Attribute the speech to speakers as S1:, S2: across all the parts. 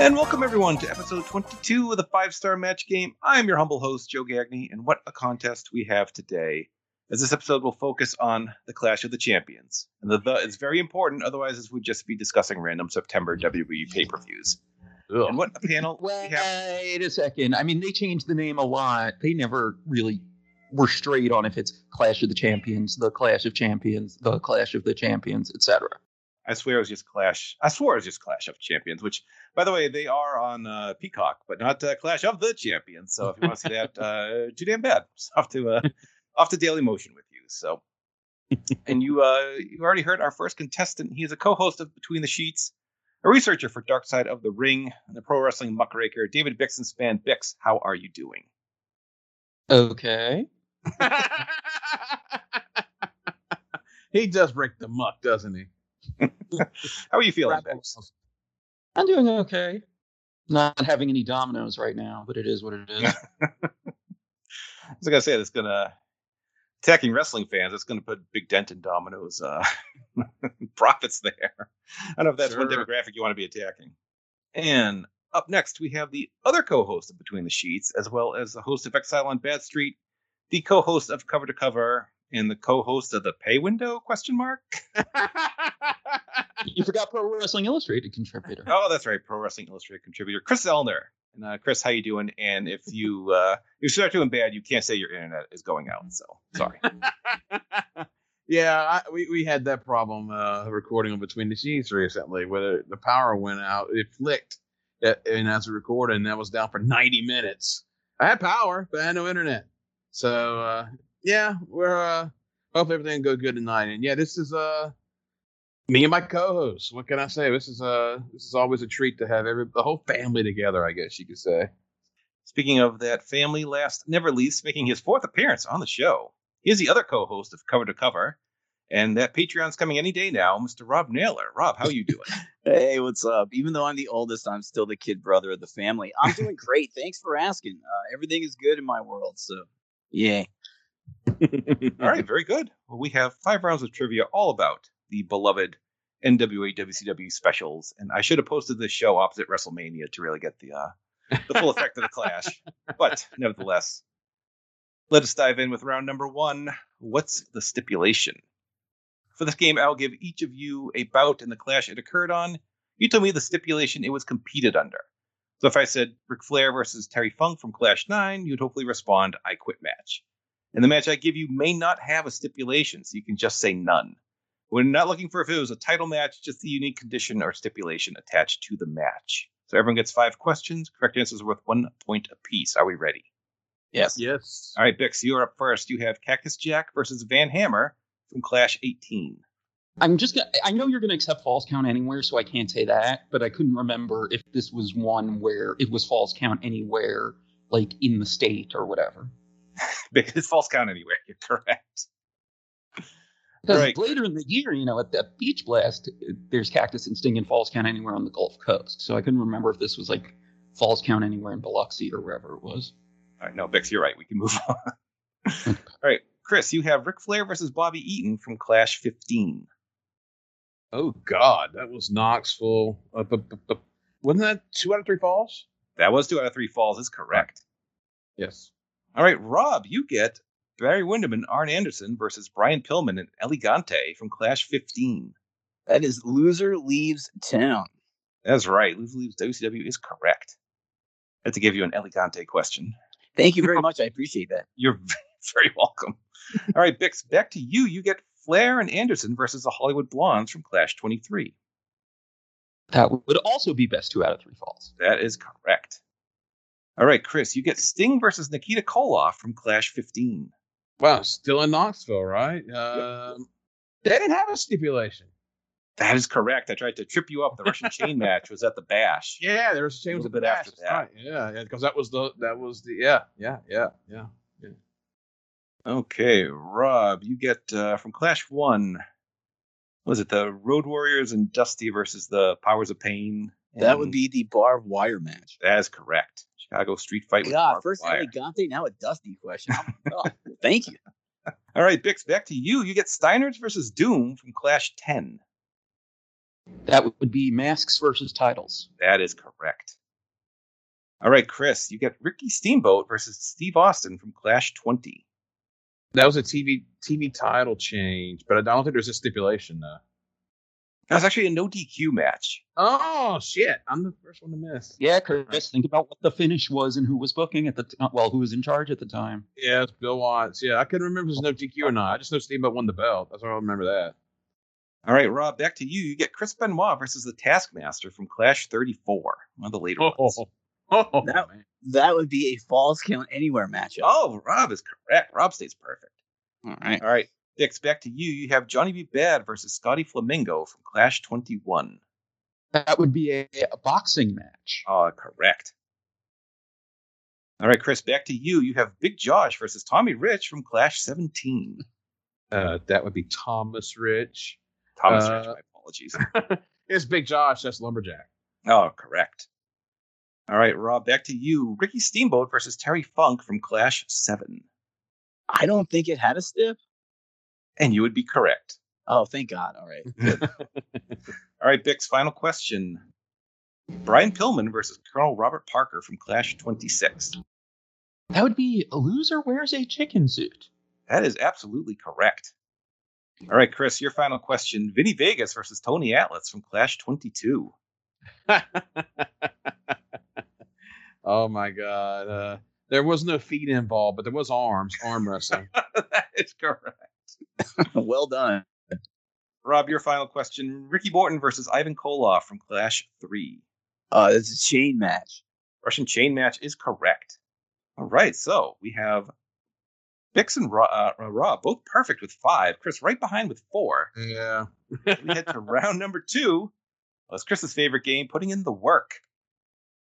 S1: And welcome everyone to episode 22 of the Five Star Match Game. I'm your humble host, Joe Gagney, and what a contest we have today. As this episode will focus on the Clash of the Champions. And the, the is very important, otherwise, this would just be discussing random September WWE pay per views. And what a panel we
S2: Wait
S1: have.
S2: a second. I mean, they changed the name a lot. They never really were straight on if it's Clash of the Champions, the Clash of Champions, the Clash of the Champions, etc.
S1: I swear it was just Clash. I swore it was just Clash of Champions, which, by the way, they are on uh, Peacock, but not uh, Clash of the Champions. So if you want to see that, uh, too damn bad. It's off to uh, off to Daily Motion with you. So, and you uh, you already heard our first contestant. He is a co-host of Between the Sheets, a researcher for Dark Side of the Ring, and the pro wrestling muckraker David Bixenspan. Bix, how are you doing?
S2: Okay.
S3: he does break the muck, doesn't he?
S1: How are you feeling, Bix?
S2: I'm doing okay. Not having any dominoes right now, but it is what it is.
S1: I was gonna say that's gonna attacking wrestling fans. It's gonna put a big dent in Domino's uh, profits there. I don't know if that's one
S3: Sure.
S1: demographic you want to be attacking. And up next, we have the other co-host of Between the Sheets, as well as the host of Exile on Bad Street, the co-host of Cover to Cover, and the co-host of the Pay Window? Question mark.
S2: you forgot Pro Wrestling Illustrated contributor.
S1: Oh, that's right, Pro Wrestling Illustrated contributor Chris Elner. And uh, Chris, how you doing? And if you uh, if you start doing bad, you can't say your internet is going out. So sorry.
S3: yeah, I, we, we had that problem uh, recording on Between the Sheets recently, where the power went out. It flicked, uh, and as a recorder, and that was down for 90 minutes. I had power, but I had no internet. So, uh, yeah, we're uh, hope everything go good tonight. And yeah, this is uh, me and my co-host. What can I say? This is uh, this is always a treat to have every the whole family together. I guess you could say.
S1: Speaking of that family, last never least, making his fourth appearance on the show, he's the other co-host of Cover to Cover, and that Patreon's coming any day now. Mr. Rob Naylor, Rob, how you doing?
S4: Hey, what's up? Even though I'm the oldest, I'm still the kid brother of the family. I'm doing great. Thanks for asking. Uh, everything is good in my world. So, yeah.
S1: all right, very good. Well, we have five rounds of trivia all about the beloved NWA WCW specials, and I should have posted this show opposite WrestleMania to really get the uh, the full effect of the clash. But nevertheless, let us dive in with round number one. What's the stipulation? For this game, I'll give each of you a bout in the clash it occurred on. You tell me the stipulation it was competed under. So if I said Ric Flair versus Terry Funk from Clash 9, you'd hopefully respond, I quit match. And the match I give you may not have a stipulation, so you can just say none. We're not looking for if it was a title match, just the unique condition or stipulation attached to the match. So everyone gets five questions. Correct answers are worth one point apiece. Are we ready?
S4: Yes.
S3: Yes.
S1: All right, Bix, you are up first. You have Cactus Jack versus Van Hammer from Clash 18.
S2: I'm just gonna, I know you're gonna accept false count anywhere, so I can't say that, but I couldn't remember if this was one where it was false count anywhere, like in the state or whatever.
S1: Bix, it's false count anywhere. You're correct.
S2: Because
S1: Right.
S2: later in the year, you know, at that beach blast, there's cactus and sting in Falls Count anywhere on the Gulf Coast. So I couldn't remember if this was like Falls Count anywhere in Biloxi or wherever it was.
S1: All right, no, Bix, you're right. We can move on. All right, Chris, you have Ric Flair versus Bobby Eaton from Clash 15.
S3: Oh God, that was Knoxville. Uh, bu- bu- bu- wasn't that two out of three falls?
S1: That was two out of three falls. Is correct.
S3: Yes.
S1: All right, Rob, you get Barry Windham and Arn Anderson versus Brian Pillman and Elegante from Clash 15.
S4: That is Loser Leaves Town.
S1: That's right. Loser leaves WCW is correct. I had to give you an Elegante question.
S4: Thank you very much. I appreciate that.
S1: You're very welcome. All right, Bix, back to you. You get Flair and Anderson versus the Hollywood Blondes from Clash 23.
S2: That would also be best two out of three falls.
S1: That is correct. All right, Chris, you get Sting versus Nikita Koloff from Clash 15.
S3: Wow, still in Knoxville, right? Um, they didn't have a stipulation.
S1: That is correct. I tried to trip you up. The Russian chain match was at the Bash.
S3: Yeah, there was change
S1: Little
S3: of the
S1: bit after
S3: match,
S1: that.
S3: Right. Yeah, yeah, because that was the that was the yeah, yeah, yeah, yeah.
S1: Okay, Rob, you get uh, from Clash 1. Was it the Road Warriors and Dusty versus the Powers of Pain?
S4: That would
S1: And
S4: be the barbed wire match.
S1: That is correct. Chicago Street Fight with
S4: God,
S1: barbed
S4: first
S1: wire.
S4: elegante, now a dusty question. I'm- oh, thank you.
S1: All right, Bix, back to you. You get Steiners versus Doom from Clash 10.
S2: That would be masks versus titles.
S1: That is correct. All right, Chris, you get Ricky Steamboat versus Steve Austin from Clash 20.
S3: That was a TV TV title change, but I don't think there's a stipulation though.
S1: That was actually a no DQ match.
S3: Oh shit! I'm the first one to miss.
S2: Yeah, Chris, think about what the finish was and who was booking at the t- well, who was in charge at the time.
S3: Yeah, it's Bill Watts. Yeah, I couldn't remember if it was no DQ or not. I just know Steamboat won the belt. That's all I remember that.
S1: All right, Rob, back to you. You get Chris Benoit versus the Taskmaster from Clash 34, one of the later ones.
S3: oh,
S4: That-
S3: man.
S4: That would be a falls count anywhere matchup. Hmm.
S1: Oh, Rob is correct. Rob stays perfect.
S4: All right.
S1: All right, Dix, back to you. You have Johnny B. Bad versus Scotty Flamingo from Clash 21.
S2: That would be a, a boxing match.
S1: Ah, correct. All right, Chris, back to you. You have Big Josh versus Tommy Rich from Clash 17.
S3: Uh, that would be Thomas Rich.
S1: Thomas
S3: Uh,
S1: Rich, my apologies.
S3: It's Big Josh. That's Lumberjack.
S1: Oh, correct. All right, Rob, back to you. Ricky Steamboat versus Terry Funk from Clash 7.
S4: I don't think it had a stip.
S1: And you would be correct.
S4: Oh, thank God. All right.
S1: All right, Bix, final question. Brian Pillman versus Colonel Robert Parker from Clash 26.
S2: That would be a loser wears a chicken suit.
S1: That is absolutely correct. All right, Chris, your final question. Vinny Vegas versus Tony Atlas from Clash 22.
S3: oh my God! Uh, there was no feet involved, but there was arms, arm wrestling.
S1: that is correct.
S4: well done.
S1: Rob, your final question. Ricky Morton versus Ivan Koloff from Clash 3.
S4: Uh, it's a chain match.
S1: Russian chain match is correct. All right, so we have Bix and Ra, uh, Ra both perfect with five. Chris right behind with four.
S3: yeah.
S1: We head to round number two. Well, it's Chris's favorite game, putting in the work.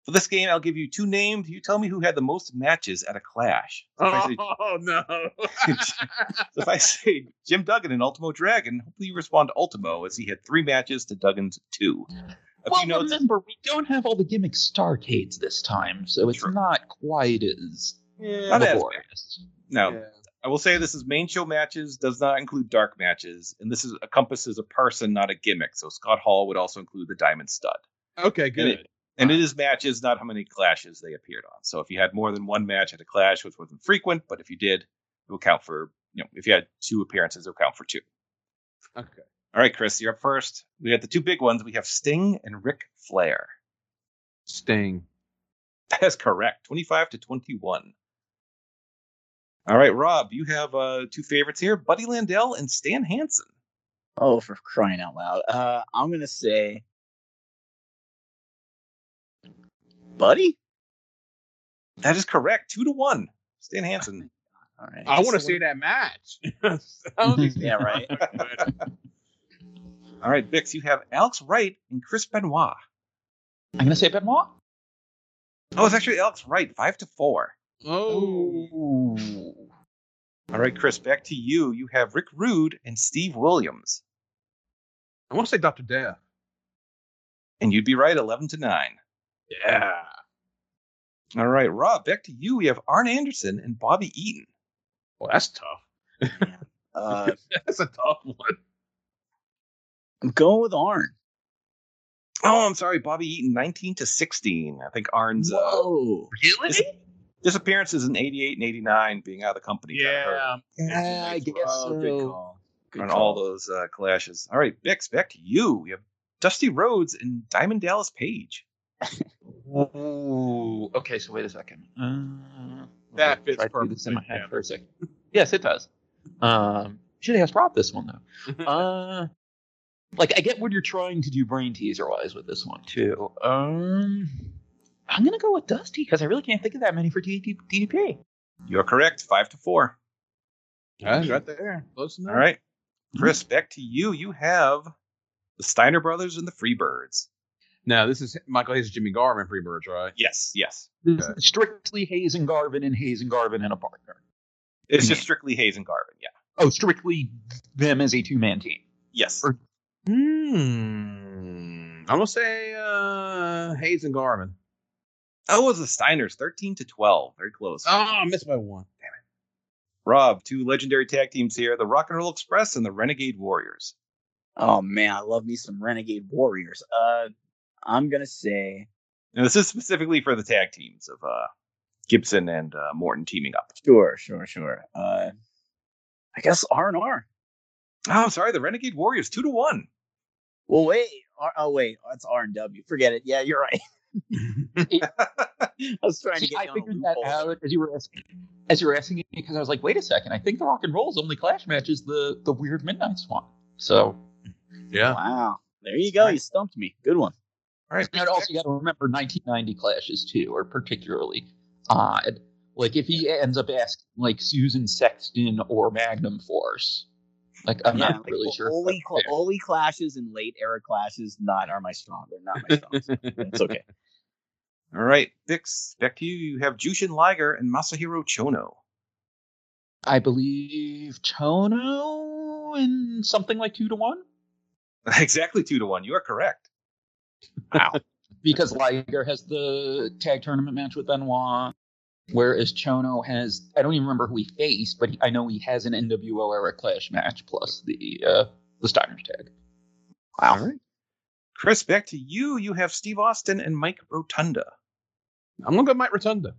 S1: For this game, I'll give you two names. You tell me who had the most matches at a clash. So if I say,
S3: Oh no!
S1: so if I say Jim Duggan and Ultimo Dragon, hopefully you respond to Ultimo, as he had three matches to Duggan's two. A
S2: well,
S1: few notes.
S2: remember, we don't have all the gimmick starcades this time, so it's
S1: True.
S2: not quite as
S3: yeah.
S1: Not as
S2: laborious.
S1: No,
S3: Yeah.
S1: I will say this is main show matches, does not include dark matches, and this is encompasses a person, not a gimmick. So Scott Hall would also include the Diamond Stud,
S3: Okay, good.
S1: and it is matches, not how many clashes they appeared on. So if you had more than one match at a clash, which wasn't frequent, but if you did, it will count for you know if you had two appearances, it'll count for two.
S3: Okay.
S1: All right, Chris, you're up first. We have the two big ones. We have Sting and Ric Flair.
S3: Sting.
S1: That's correct. 25 to 21. All right, Rob, you have uh, two favorites here Buddy Landell and Stan Hansen.
S4: Oh, for crying out loud. Uh, I'm going to say, Buddy?
S1: That is correct. Two to one. Stan Hansen.
S4: All right.
S3: I want to
S4: Just
S3: see that match. I
S4: Oh,
S2: Oh,
S3: wanna see-
S4: Yeah, right.
S1: All right, Bix, you have Alex Wright and Chris Benoit.
S2: I'm going to say Benoit.
S1: Oh, it's actually Alex Wright, five to four.
S3: oh.
S2: Oh.
S1: All right, Chris, back to you. You have Rick Rude and Steve Williams.
S3: I want to say Dr. Death.
S1: And you'd be right, 11 to 9.
S3: Yeah.
S1: All right, Rob, back to you. We have Arn Anderson and Bobby Eaton.
S3: Well, that's tough.
S4: Uh,
S3: That's a tough one.
S4: I'm going with Arn.
S1: Oh, I'm sorry, Bobby Eaton, 19 to 16. I think Arn's uh,
S4: Whoa.
S1: dis- disappearances in 88 and 89 being out of the company. kinda hurt.
S2: Yeah, I guess
S4: Oh, good
S2: so.
S4: call. Good
S1: on
S4: call.
S1: all those uh, clashes. All right, Bix, back to you. We have Dusty Rhodes and Diamond Dallas Page.
S2: Ooh. Okay, so wait a second. Uh,
S3: That
S2: I'll
S3: fits
S2: try to do this in my
S3: perfectly,
S2: head
S3: yeah.
S2: for a second. Yes, it does. Um, should have asked Rob this one though. uh, like I get what you're trying to do brain teaser wise with this one too. Um, I'm gonna go with Dusty because I really can't think of that many for DD DDP.
S1: You're correct. Five to four.
S3: That's right there. Close enough.
S1: All right. Chris, back to you. You have the Steiner Brothers and the Freebirds.
S3: Now this is Michael Hayes, Jimmy Garvin, Freebirds, right?
S1: Yes, yes.
S2: This
S3: Okay.
S2: is strictly Hayes and Garvin and Hayes and Garvin and a partner.
S1: It's just strictly Hayes and Garvin. Yeah.
S2: Oh, strictly them as a two man team.
S1: Yes.
S2: Or-
S3: Hmm. I'm gonna say uh, Hayes and Garvin.
S1: Oh, it was the Steiners, thirteen to twelve. Very close.
S3: Oh, I missed by one.
S1: Rob, two legendary tag teams here: the Rock and Roll Express and the Renegade Warriors.
S4: Oh man, I love me some Renegade Warriors. Uh, I'm gonna say
S1: And this is specifically for the tag teams of uh, Gibson and uh, Morton teaming up.
S4: sure, sure, sure. Uh, I guess R and R.
S1: Oh, I'm sorry, the Renegade Warriors, two to one.
S4: Well, wait. R- oh wait, it's R and W. Forget it. Yeah, you're right. I was trying to
S2: See,
S4: get
S2: I
S4: down a
S2: figured that
S4: loophole.
S2: out as you were asking as you were asking me because I was like, wait a second, I think the rock and roll's only clash match is the the weird midnight swan. So
S3: Yeah.
S4: Wow, there you go. You stumped me. Good one.
S1: All right,
S2: and also you got to remember 1990 clashes too are particularly odd. Like if he ends up asking like Susan Sexton or Magnum Force, like I'm
S4: yeah,
S2: not really
S4: like,
S2: sure.
S4: Only, cla only clashes and late era clashes not are my strong. They're not my strong. suit. That's okay.
S1: All right, Vix, back to you. You have Jushin Liger and Masahiro Chono.
S2: I believe Chono in something like two to one.
S1: exactly two to one. You are correct.
S2: because Liger has the tag tournament match with Benoit, whereas Chono has I don't even remember who he faced, but he, I know he has an NWO era clash match plus the uh, the Steiner's tag.
S4: Wow.
S1: Chris, back to you. You have Steve Austin and Mike Rotunda.
S3: I'm gonna go Mike Rotunda.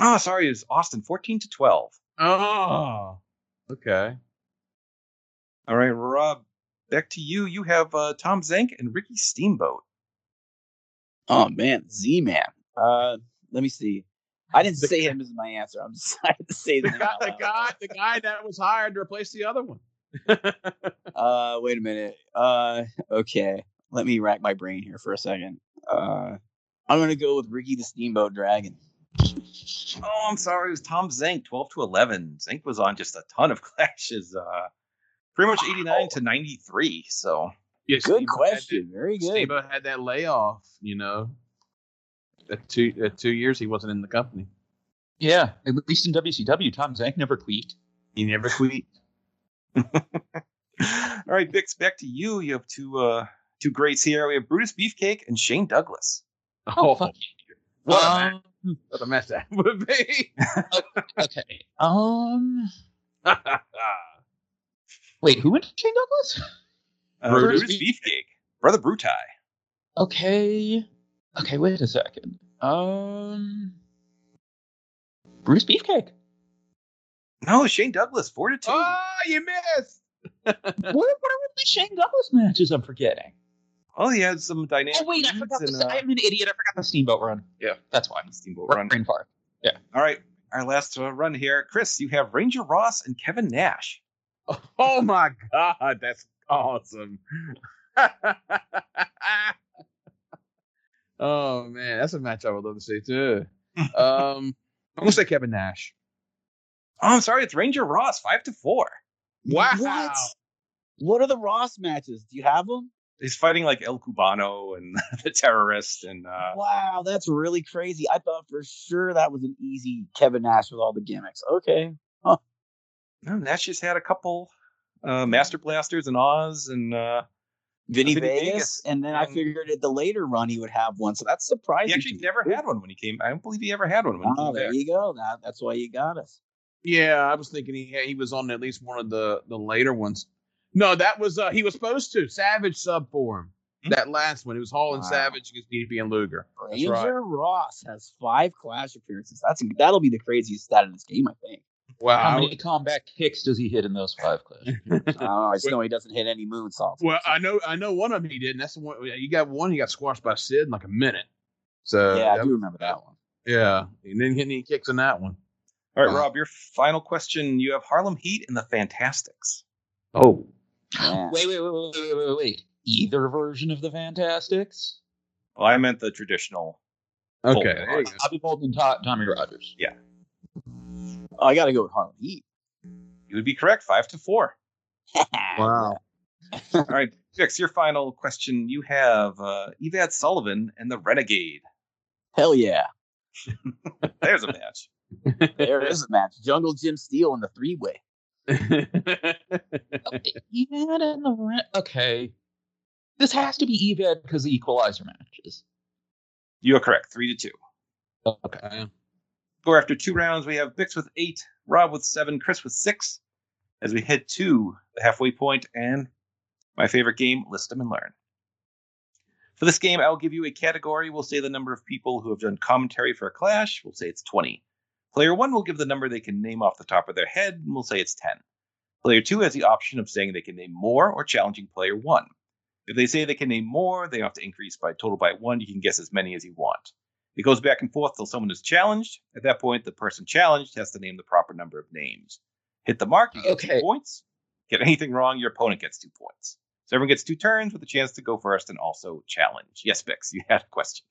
S1: Oh, sorry, it's Austin, fourteen to twelve.
S3: Oh. Okay.
S1: All right, Rob, back to you. You have uh, Tom Zank and Ricky Steamboat.
S4: Oh man, Z Man. Uh, let me see. I didn't say him as my answer. I'm just I had to say the
S3: The
S4: name
S3: guy, the
S4: out
S3: guy,
S4: loud.
S3: the guy that was hired to replace the other one.
S4: Uh, wait a minute. Uh, okay. Let me rack my brain here for a second. Uh, I'm gonna go with Ricky the Steamboat Dragon.
S1: Oh, I'm sorry, it was Tom Zank, twelve to eleven. Zank was on just a ton of clashes, uh, pretty much eighty nine to ninety three. So
S3: Yeah,
S4: Good
S3: Steamboat had
S4: question. Very
S3: That,
S4: good.
S3: Steamboat had that layoff. You know, that two that two years he wasn't in the company.
S2: Yeah, at least in WCW, Tom Zank never tweaked.
S3: He never quit.
S1: All right, Bix, back to you. You have two uh two greats here. We have Brutus Beefcake and Shane Douglas.
S2: Oh, fuck.
S3: what, a mess,
S2: um,
S3: what a mess that would be.
S2: okay. Um, wait, who went Shane Douglas?
S1: Uh,
S3: Brutus
S1: Brutus, Beefcake, brother Brutai.
S2: Okay, okay, wait a second. Um, Bruce Beefcake.
S1: No, Shane Douglas, four to two.
S2: Ah!
S3: oh, you missed.
S2: what, what are all the Shane Douglas matches I'm forgetting?
S1: Oh, he had some dynamic.
S2: Oh wait, I
S1: moves
S2: forgot.
S1: and,
S2: The,
S1: uh,
S2: I'm an idiot. I forgot the Steamboat Run.
S1: Yeah.
S2: that's why.
S1: Steamboat
S2: Run.
S1: Run.
S2: Brain fart.
S1: All right, our last uh, run here, Chris. You have Ranger Ross and Kevin Nash.
S3: Oh my god, that's awesome. oh man, that's a match I would love to see too. Um, I'm gonna say Kevin Nash.
S1: Oh, I'm sorry, it's Ranger Ross, five to four.
S3: Wow.
S4: What? What are the Ross matches? Do you have them?
S1: He's fighting like El Cubano and the terrorist, and uh,
S4: wow, that's really crazy. I thought for sure that was an easy Kevin Nash with all the gimmicks. Okay.
S1: no, Nash just had a couple uh, Master Blasters and Oz and. Uh,
S4: Vinny,
S1: Vinny
S4: Vegas,
S1: Vegas,
S4: and then I
S1: and-
S4: figured at the later run he would have one. So that's surprising.
S1: He actually
S4: to me.
S1: never had one when he came. I don't believe he ever had one when he
S4: Ah,
S1: came
S4: there
S1: back.
S4: you go. That, that's why you got us.
S3: Yeah, I was thinking he he was on at least one of the the later ones. No, that was uh he was supposed to Savage sub for him.
S1: Hmm.
S3: That last one, it was Hall and
S4: Wow.
S3: Savage against DP and Luger. That's
S4: Ranger
S3: right.
S4: Ross has five Clash appearances. That's that'll be the craziest stat in this game, I think.
S2: How
S3: Wow.
S2: many combat kicks does he hit in those five clips?
S4: I don't know. I just know he doesn't hit any moonsaults.
S3: Well, I know I know one of them he did, and that's the one he got one he got squashed by Sid in like a minute. So
S4: yeah, I
S3: that
S4: do
S3: was-
S4: remember that one.
S3: yeah, and then getting any kicks in that one.
S1: All right,
S3: Wow.
S1: Rob, your final question. You have Harlem Heat and the Fantastics.
S3: Oh,
S4: Yeah.
S2: Wait, wait, wait, wait, wait, wait, wait, wait. Either version of the Fantastics?
S1: Well, I meant the traditional
S3: Okay.
S1: Bolton.
S3: there you go.
S2: Bobby Bolton, to- Tommy Rogers.
S4: Oh, I got to go with Harlem Heat.
S1: You would be correct, five to four.
S3: Wow.
S1: All right, Vix, your final question. You have uh, Evad Sullivan and the Renegade.
S4: Hell yeah.
S1: There's a match.
S4: There is a match. Jungle Jim Steele in the three way.
S3: Uh,
S2: Evad and the Ren- okay. This has to be Evad because the Equalizer matches.
S1: You are correct, three to two.
S2: Okay.
S1: Go after two rounds. We have Vix with eight, Rob with seven, Chris with six. As we head to the halfway point and my favorite game, List Them and Learn. For this game, I'll give you a category. We'll say the number of people who have done commentary for a clash. We'll say it's 20. Player one will give the number they can name off the top of their head, and we'll say it's 10. Player two has the option of saying they can name more or challenging player one. If they say they can name more, they have to increase by total by one. You can guess as many as you want. It goes back and forth till someone is challenged. At that point, the person challenged has to name the proper number of names. Hit the mark, you get two
S2: Okay.
S1: points. Get anything wrong, your opponent gets two points. So everyone gets two turns with a chance to go first and also challenge. Yes, Bix, you had a question.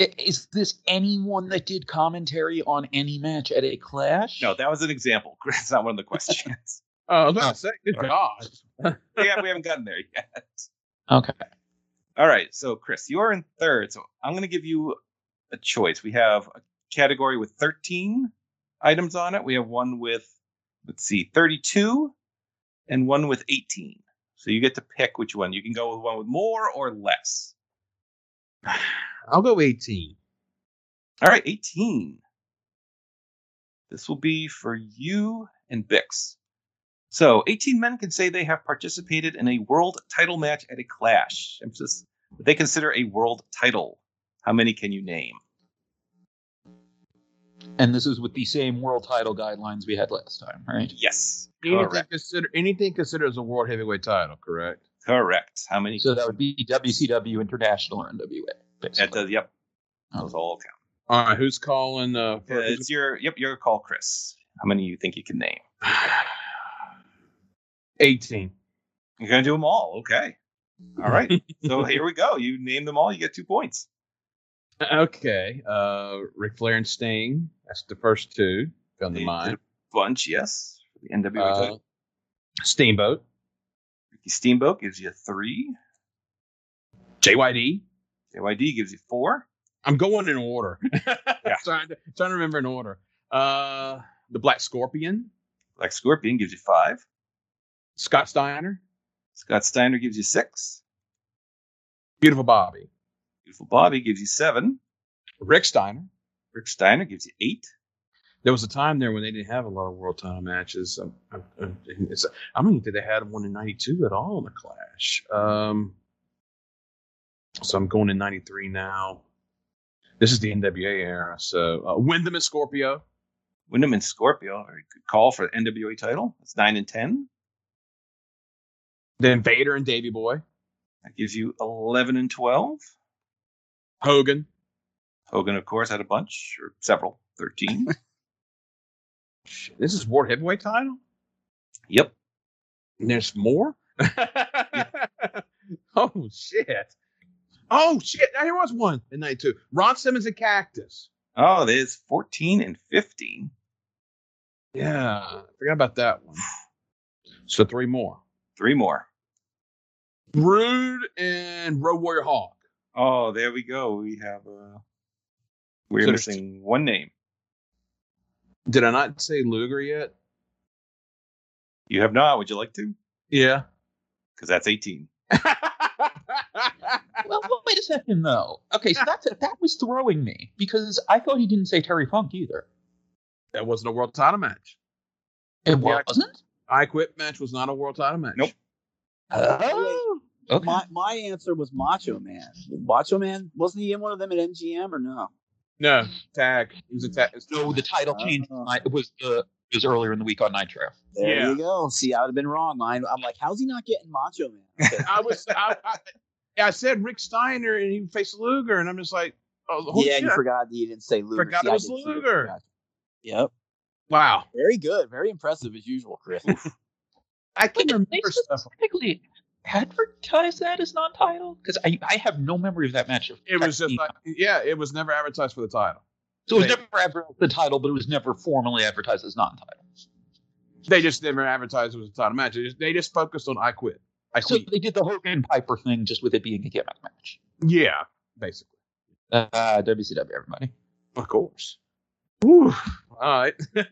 S2: I- Is this anyone that did commentary on any match at a clash?
S1: No, that was an example. That's not one of the questions.
S3: Oh, I was about to say, good God.
S1: yeah, we haven't gotten there yet.
S2: Okay.
S1: All right, so Chris, you're in third. So I'm going to give you a choice. We have a category with 13 items on it. We have one with, let's see, 32 and one with 18. So you get to pick which one. You can go with one with more or less.
S3: I'll go 18.
S1: All right, 18. This will be for you and Bix. So, 18 men can say they have participated in a world title match at a clash. Emphasis what they consider a world title. How many can you name?
S2: And this is with the same world title guidelines we had last time, right?
S1: Yes.
S3: Anything,
S1: Correct.
S3: consider, anything considered as a world heavyweight title, correct?
S1: Correct. How many?
S2: So that would be WCW International or NWA.
S1: That
S2: Basically.
S1: does, yep. Those all count.
S3: All right, who's calling? Uh,
S1: Uh, it's your, yep, your call, Chris. How many you think you can name?
S3: 18.
S1: You're going to do them all. Okay. All right. so, here we go. You name them all, you get two points.
S3: Okay. Uh, Ric Flair and Sting. That's the first two. Come to
S1: They
S3: mind.
S1: did a bunch, yes. The NWA title.
S3: Uh, Steamboat.
S1: Ricky Steamboat gives you three.
S3: JYD.
S1: JYD gives you four.
S3: I'm going in order.
S1: Yeah.
S3: trying, to, trying to remember in order. Uh, the Black Scorpion.
S1: Black Scorpion gives you five.
S3: Scott Steiner.
S1: Scott Steiner gives you six.
S3: Beautiful Bobby.
S1: Beautiful Bobby gives you seven.
S3: Rick Steiner.
S1: Rick Steiner gives you eight.
S3: There was a time there when they didn't have a lot of world title matches. Um, um, um, it's- I don't think that they had one in '92 at all in the Clash. Um, so I'm going in '93 now. This is the NWA era. So uh, Wyndham and Scorpio,
S1: Wyndham and Scorpio are a good call for the NWA title. That's nine and ten.
S3: then Vader and Davey Boy,
S1: That gives you eleven and twelve.
S3: Hogan,
S1: Hogan, of course, had a bunch or several. Thirteen.
S3: Shit, this is World Heavyweight title.
S1: yep.
S3: And there's more. oh shit! Oh shit! There was one in '92. Ron Simmons and Cactus.
S1: Oh, there's fourteen and fifteen.
S3: Yeah, I forgot about that one. So three more.
S1: Three more.
S3: Brood and Road Warrior Hawk.
S1: Oh, there we go. We have uh we're
S3: So there's-
S1: missing one name.
S3: Did I not say Luger yet?
S1: You have not. Would you like to?
S3: Yeah.
S1: Because that's eighteen.
S2: Well, well, wait a second, though. Okay, so that's, that was throwing me because I thought he didn't say Terry Funk either.
S3: that wasn't a world title match.
S2: It
S1: Yeah.
S2: wasn't?
S3: I quit match was not a world title match.
S1: Nope.
S2: Oh, okay.
S4: My my answer was Macho Man. Macho Man wasn't he in one of them at MGM or no?
S3: No. Tag. It was a tag.
S2: no, the title change
S4: Uh-huh.
S2: ni- was uh, was earlier in the week on Nitro.
S4: There
S3: Yeah.
S4: you go. See, I would have been wrong. Mine. I'm like, how's he not getting Macho Man? Okay.
S3: I was I, I, I said Rick Steiner and he faced Luger and I'm just like oh holy
S4: yeah,
S3: shit.
S4: you forgot that you didn't say Luger.
S3: Forgot
S4: See,
S3: it
S4: I
S3: was
S4: didn't see it.
S3: Luger.
S4: Gotcha. Yep.
S3: Wow.
S4: Very good. Very impressive as usual, Chris.
S3: I can
S2: Wait,
S3: remember
S2: they
S3: stuff.
S2: specifically advertise that as non-title? Because I, I have no memory of that match.
S3: It was just like, yeah, it was never advertised for the title.
S2: so it was never advertised the title, but it was never formally advertised as non-title.
S3: They just never advertised it was a title match. They just, they just focused on I quit. I
S2: So
S3: quit.
S2: they did the Hogan Piper thing just with it being a gimmick match.
S3: yeah, basically.
S2: Uh, WCW, everybody.
S3: Of course. Whew. All right.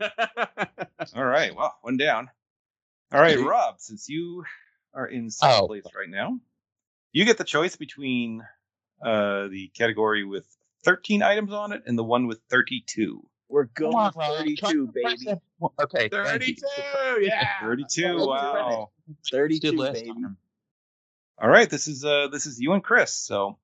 S1: All right. Well, one down. All right,
S3: Mhm.
S1: Rob, since you are in second
S2: Oh.
S1: place right now, you get the choice between uh, the category with 13 items on it and the one with 32.
S4: We're going
S2: Come on, Ron.
S4: 32,
S2: Try to
S4: baby.
S2: press that- Okay. thank you.
S3: 32.
S4: Ah,
S3: Yeah.
S1: 32. Wow.
S2: Just did
S4: 32,
S2: last
S4: baby.
S2: time.
S1: All right. This is uh, this is you and Chris. So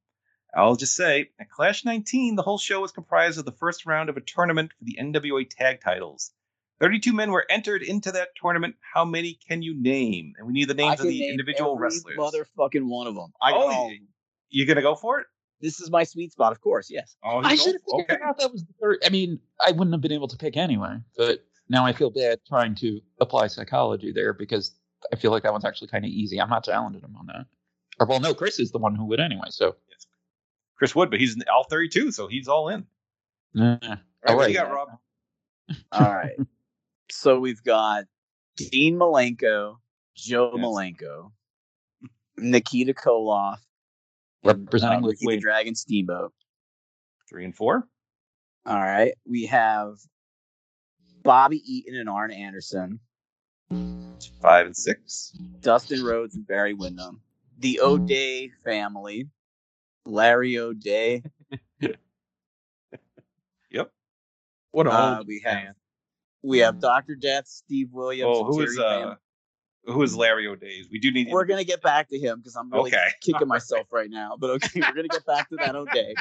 S1: I'll just say at Clash 19, the whole show was comprised of the first round of a tournament for the NWA tag titles. 32 men were entered into that tournament. How many can you name? And we need the
S4: I
S1: names
S4: can
S1: of the
S4: name
S1: individual
S4: every
S1: wrestlers.
S4: Motherfucking one of them. I
S1: Oh,
S4: know.
S1: yeah. You gonna go for it?
S4: This is my sweet spot, of course. Yes.
S1: Oh,
S2: I
S1: you go-
S2: should have
S1: okay.
S2: figured out that was the third. I mean, I wouldn't have been able to pick anyway, but now I feel bad trying to apply psychology there because I feel like that one's actually kind of easy. I'm not talented him on that. Or, well, no, Chris is the one who would anyway, so.
S1: Chris Wood, but he's in all 32, so he's all in.
S2: eh.
S1: All right, what
S2: Alright.
S1: do you got, Rob?
S4: All right. so we've got Dean Malenko, Joe
S1: Yes.
S4: Malenko, Nikita Koloff,
S2: Representing
S4: uh,
S2: Luke
S4: Ricky the
S2: Wade.
S4: Dragon Steamboat.
S1: Three and four.
S4: All right. We have Bobby Eaton and Arn Anderson,
S1: Five and six.
S4: Dustin Rhodes and Barry Windham, the
S1: Mm-hmm.
S4: O'Day family, Larry O'Day.
S1: Yep.
S3: What
S4: Uh,
S3: a old
S4: we have
S3: man.
S4: we have Doctor Death, Steve Williams.
S1: Mm-hmm. Oh,
S4: and
S1: who is
S4: Terry Fam-
S1: uh who is Larry O'Days? We do need
S4: We're gonna get back to him because I'm really
S1: Okay.
S4: kicking myself right now. But okay, we're gonna get back to that O'Day.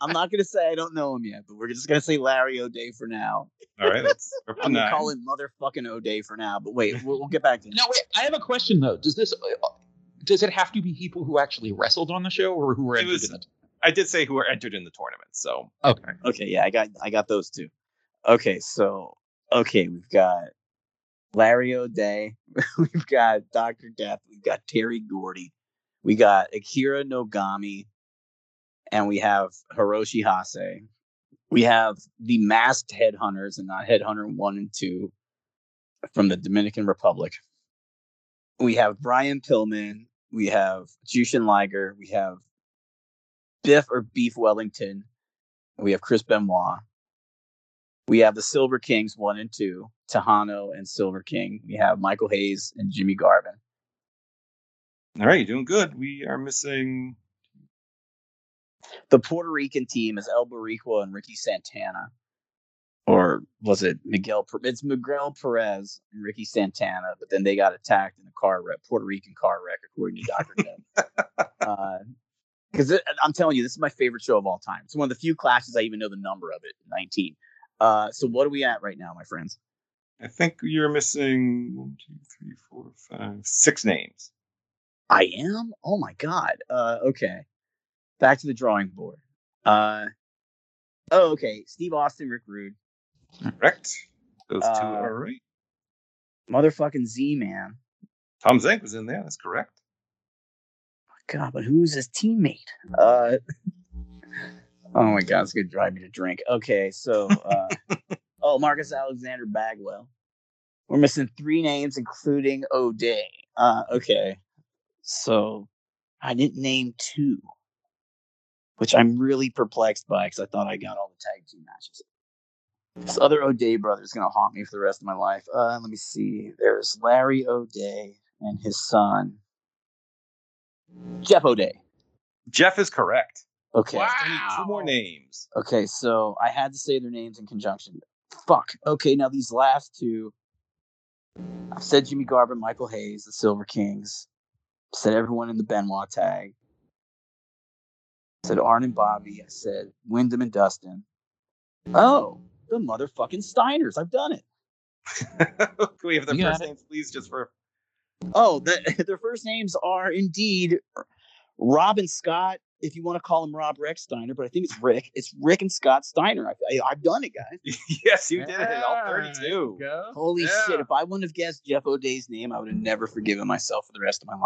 S4: I'm not gonna say I don't know him yet, but we're just gonna say Larry O'Day for now.
S1: all right. That's up to
S4: I'm gonna
S1: nine.
S4: call him motherfucking O'Day for now. But wait, we'll, we'll get back to him.
S2: No, wait, I have a question, though. Does this. uh, Does it have to be people who actually wrestled on the show or who were
S1: It
S2: entered
S1: was-
S2: in it?
S1: I did say who are entered in the tournament, so
S2: Okay.
S4: Okay, yeah, I got I got those two. Okay, so okay, we've got Larry O'Day, we've got Doctor Death, we've got Terry Gordy, we got Akira Nogami, and we have Hiroshi Hase. We have the masked headhunters and not headhunter one and two from the Dominican Republic. We have Brian Pillman, we have Jushin Liger, we have Biff or Beef Wellington, we have Chris Benoit. We have the Silver Kings one and two, Tejano and Silver King. We have Michael Hayes and Jimmy Garvin.
S1: all right, you're doing good. We are missing
S4: The Puerto Rican team is El Boricua and Ricky Santana. Or was it Miguel? Per- It's Miguel Perez and Ricky Santana, but then they got attacked in a car wreck, Puerto Rican car wreck, according to Dr. Dead. Because I'm telling you, this is my favorite show of all time. It's one of the few classes I even know the number of it, 19. Uh, so what are we at right now, my friends?
S1: I think you're missing one, two, three, four, five, six names.
S4: I am? Oh my god. Uh okay. Back to the drawing board. Uh oh okay. Steve Austin, Rick Rude,
S1: Correct. Those two
S4: Uh,
S1: are right.
S4: motherfucking Z Man.
S1: Tom Zank was in there, that's correct.
S4: God, but who's his teammate? Uh Oh my god, it's gonna drive me to drink. Okay, so uh oh Marcus Alexander Bagwell. We're missing three names, including O'Day. Uh okay. So I didn't name two. Which I'm really perplexed by because I thought I got all the tag team matches. This other O'Day brother is going to haunt me for the rest of my life. Uh, let me see. There's Larry O'Day and his son, Jeff O'Day.
S1: Jeff is correct.
S4: Okay.
S3: Wow.
S1: Two more names.
S4: Okay. So I had to say their names in conjunction. Fuck. Okay. Now these last two. I've said Jimmy Garvin, Michael Hayes, the Silver Kings. Said everyone in the Benoit tag. Said Arn and Bobby. I said Wyndham and Dustin. Oh, the motherfucking Steiners. I've done it.
S1: Can we have their
S2: You got
S1: first
S2: it.
S1: names, please, just for
S4: Oh, the, their first names are indeed Robin Scott if you want to call him Rob Rex Steiner, but I think it's Rick. It's Rick and Scott Steiner. I, I, I've done it, guys.
S1: yes, you did it. All
S3: Yeah, there you
S1: 32.
S3: go.
S4: Holy
S3: Yeah.
S4: shit! If I wouldn't have guessed Jeff O'Day's name, I would have never forgiven myself for the rest of my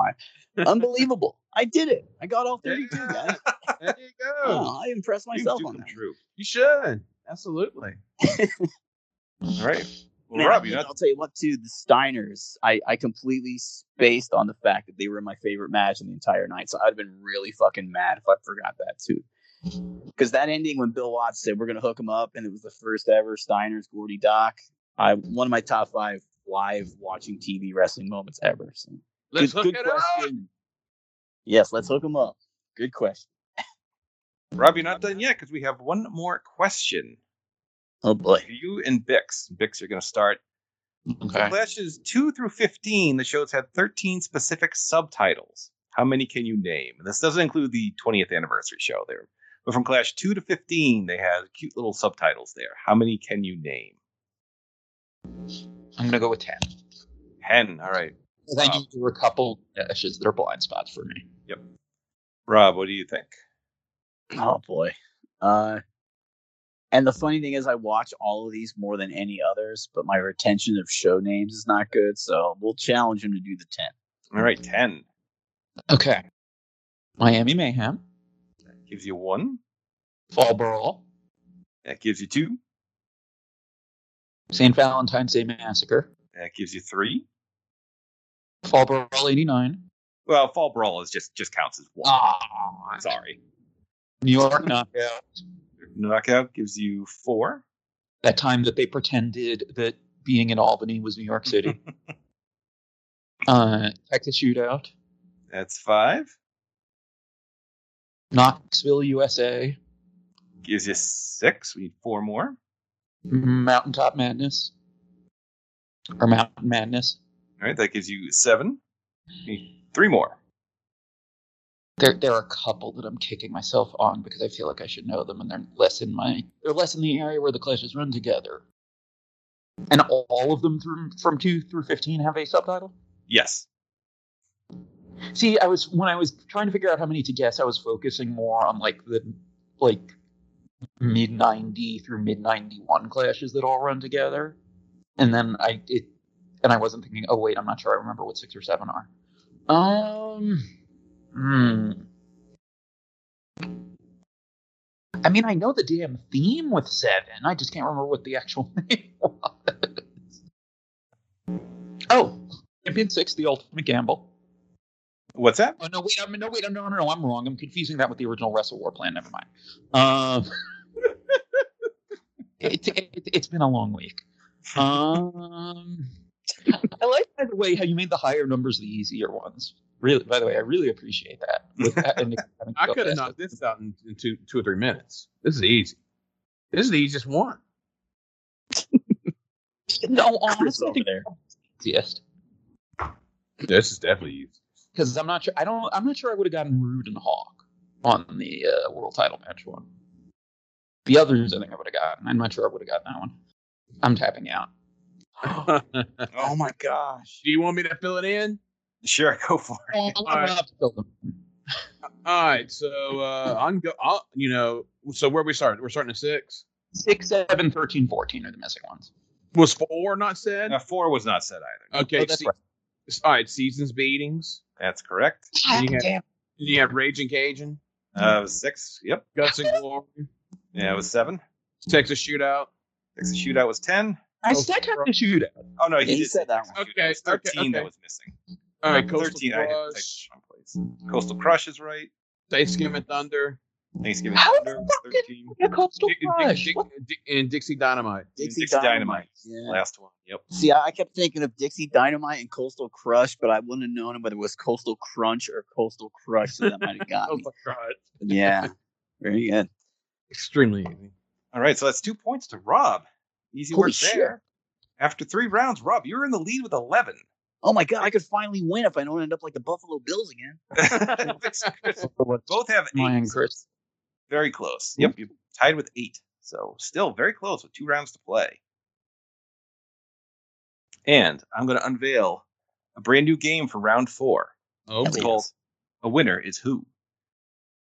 S4: life. Unbelievable! I did it. I got all thirty-two, guys.
S3: There you go.
S4: Wow, I impressed
S1: Dreams
S4: myself
S1: do
S4: on
S1: come
S4: that.
S1: true.
S3: You should. Absolutely.
S1: All right. Well,
S4: Man,
S1: Rob,
S4: I
S1: you're not
S4: will tell you what, too. The Steiners, I, I completely spaced on the fact that they were my favorite match in the entire night. So I'd have been really fucking mad if I forgot that, too. Because that ending when Bill Watts said, we're going to hook them up, and it was the first ever Steiners, Gordy Doc, I one of my top five live watching TV wrestling moments ever. So
S3: Let's
S4: good,
S3: hook
S4: good
S3: it up.
S4: question. Yes, let's hook them up. Good question.
S1: Rob, you're not done yet because we have one more question.
S4: Oh, boy.
S1: You and Bix. Bix, you're going to start.
S2: Okay.
S1: Clashes 2 through 15, the show's had 13 specific subtitles. How many can you name? And this doesn't include the 20th anniversary show there. But from Clash 2 to 15, they had cute little subtitles there. How many can you name?
S2: I'm gonna go with ten.
S1: 10. All right.
S2: 'Cause I
S1: Wow.
S2: knew there were a couple dashes that are blind spots for me.
S1: Rob, what do you think?
S4: Oh boy. Uh and the funny thing is I watch all of these more than any others, but my retention of show names is not good, so we'll challenge him to do the 10.
S1: All right, 10.
S2: Okay. Miami Mayhem,
S1: Gives you one.
S2: Fall Brawl,
S1: That gives you two.
S2: St. Valentine's Day Massacre,
S1: That gives you three.
S2: Fall Brawl '89,
S1: Well, Fall Brawl is just just counts as one.
S2: Ah,
S1: Sorry.
S2: New York Knockout.
S1: Knockout gives you four.
S2: That time that they pretended that being in Albany was New York City. uh, Texas Shootout,
S1: That's five.
S2: Knoxville, USA,
S1: Gives you six. We need four more.
S2: Mountaintop Madness, or Mountain Madness.
S1: All right, that gives you seven. We need Three more.
S2: There, there are a couple that I'm kicking myself on because I feel like I should know them, and they're less in my, they're less in the area where the clashes run together. And all of them through, from two through fifteen have a subtitle.
S1: Yes.
S2: See, I was when I was trying to figure out how many to guess, I was focusing more on like the like mid ninety through mid ninety one clashes that all run together, and then I it and I wasn't thinking. Oh wait, I'm not sure. I remember what six or seven are. Um, hmm. I mean, I know the damn theme with seven. I just can't remember what the actual name was. Oh, Champion Six, the Ultimate Gamble.
S1: What's that?
S2: Oh no! Wait, I'm no wait, I'm, no, no, no, I'm wrong. I'm confusing that with the original Wrestle War plan. Never mind. Um, it, it, it's been a long week. Um, I like, by the way, how you made the higher numbers the easier ones. Really, by the way, I really appreciate that. With that and having to
S3: I
S2: go
S3: could have
S2: fast.
S3: knocked this out in, in two, two or three minutes. This is easy. This is the easiest one.
S2: No,
S4: Chris
S2: honestly, I
S4: over
S2: think
S4: there.
S2: easiest
S3: This is definitely easy.
S2: because I'm not sure. I don't. I'm not sure I would have gotten Rude and Hawk on the uh, world title match one. The others, I think I would have gotten. I'm not sure I would have gotten that one. I'm tapping out.
S4: Oh my gosh.
S3: Do you want me to fill it in?
S1: Sure, go for it.
S2: Well, I'm gonna
S3: right.
S2: have to kill them.
S3: All right. So uh, I'm go. I'll, you know. So where we started? We're starting at six.
S2: Six, seven, thirteen, fourteen are the missing ones.
S3: Was four not said?
S1: Now, Uh, four was not said either.
S3: Okay.
S2: Oh, that's
S3: se-
S2: right.
S3: All right. Seasons beatings.
S1: That's correct.
S3: Then you
S2: Ah,
S3: had-
S2: damn.
S3: You have Raging Cajun,
S1: Uh, it was six. Yep.
S3: Guts and Glory,
S1: Yeah, it was seven.
S3: Texas Shootout.
S1: Six shootout was ten.
S2: I
S3: Oh,
S2: said have to shoot it.
S1: Oh no,
S4: Yeah, he
S1: did say
S4: said that
S1: Texas
S3: one.
S1: Shootout.
S3: Okay,
S1: It was thirteen
S3: okay,
S1: that
S3: okay.
S1: was missing.
S3: All right. Coastal
S1: thirteen. I had
S3: Crush,
S1: Texas wrong place. Coastal Crush is right.
S3: Thanksgiving and Thunder,
S1: Thanksgiving
S2: How the
S1: Thunder was
S2: fuck did-
S1: thirteen.
S2: The coastal
S3: Dick- Dick-
S2: crush.
S3: Dick-
S2: What?
S3: Dick- and Dixie Dynamite.
S1: Dixie, Dynamite.
S4: Yeah.
S1: Last one. Yep.
S4: See, I I kept thinking of Dixie Dynamite and Coastal Crush, but I wouldn't have known whether it was Coastal Crunch or Coastal Crush, so that might have
S1: Oh
S4: got me.
S3: Coastal Crush.
S4: Yeah. Very good.
S3: Extremely easy.
S1: All right, so that's two points to Rob. Easy
S4: Holy
S1: work
S4: shit.
S1: there. After three rounds, Rob, you're in the lead with 11.
S4: Oh my god, I could finally win if I don't end up like the Buffalo Bills again.
S1: Both have
S2: Mine,
S1: eight.
S2: Chris.
S1: Very close. Yep, you tied with eight. So still very close with two rounds to play. And I'm going to unveil a brand new game for round four.
S3: Oh,
S1: It's called A Winner is Who.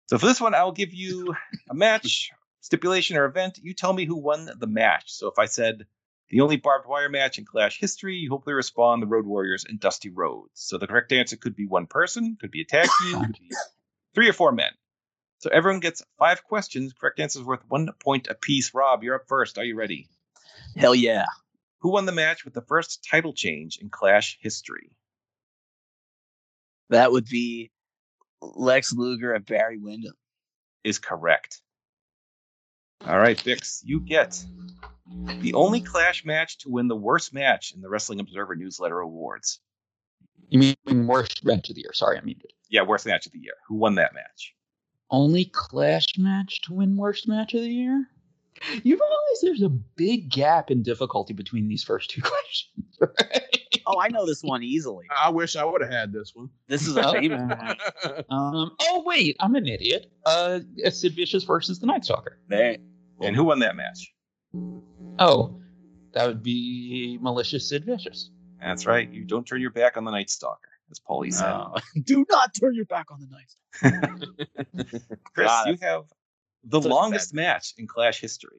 S1: So for this one, I'll give you a match, stipulation, or event. You tell me who won the match. So if I said the only barbed wire match in Clash history, you hopefully respond the Road Warriors and Dusty Rhodes. So the correct answer could be one person, could be a tag team, could be three or four men. So everyone gets five questions. Correct answers worth one point apiece. Rob, you're up first. Are you ready?
S4: Hell yeah.
S1: Who won the match with the first title change in Clash history?
S4: That would be Lex Luger and Barry Windham.
S1: Is correct. All right, Vix, you get the only Clash match to win the worst match in the Wrestling Observer Newsletter Awards.
S2: You mean worst match of the year? Sorry, I muted.
S1: Yeah, worst match of the year. Who won that match?
S2: Only Clash match to win worst match of the year? You realize there's a big gap in difficulty between these first two questions, right?
S4: Oh, I know this one easily.
S3: I wish I would have had this one.
S4: This is a
S2: Oh.
S4: favorite. of mine.
S2: Um, oh wait, I'm an idiot. Uh, it's Sid Vicious versus the Night Stalker.
S4: There.
S1: And who won that match?
S2: Oh, that would be malicious Sid Vicious.
S1: That's right. You don't turn your back on the Night Stalker, as Paulie said.
S4: Uh, do not turn your back on the knife.
S1: Chris,
S3: Ah,
S4: God.
S1: you have the
S4: So
S1: longest match in Clash history.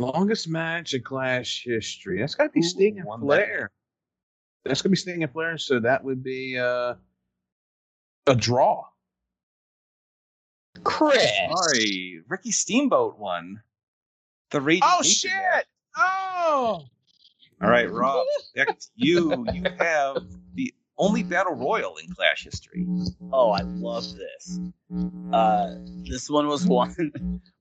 S3: Longest match in Clash history. That's got to be
S1: Who
S3: Sting and
S1: won that
S3: Flair. That's going to be Sting and Flair, so that would be uh, a draw.
S2: Chris.
S1: Sorry, Ricky Steamboat won. The Raging
S3: Oh,
S1: Cajun
S3: shit!
S1: match.
S3: Oh!
S1: All right, Rob, back to you. You have the only battle royal in Clash history.
S4: Oh, I love this. Uh, this one was won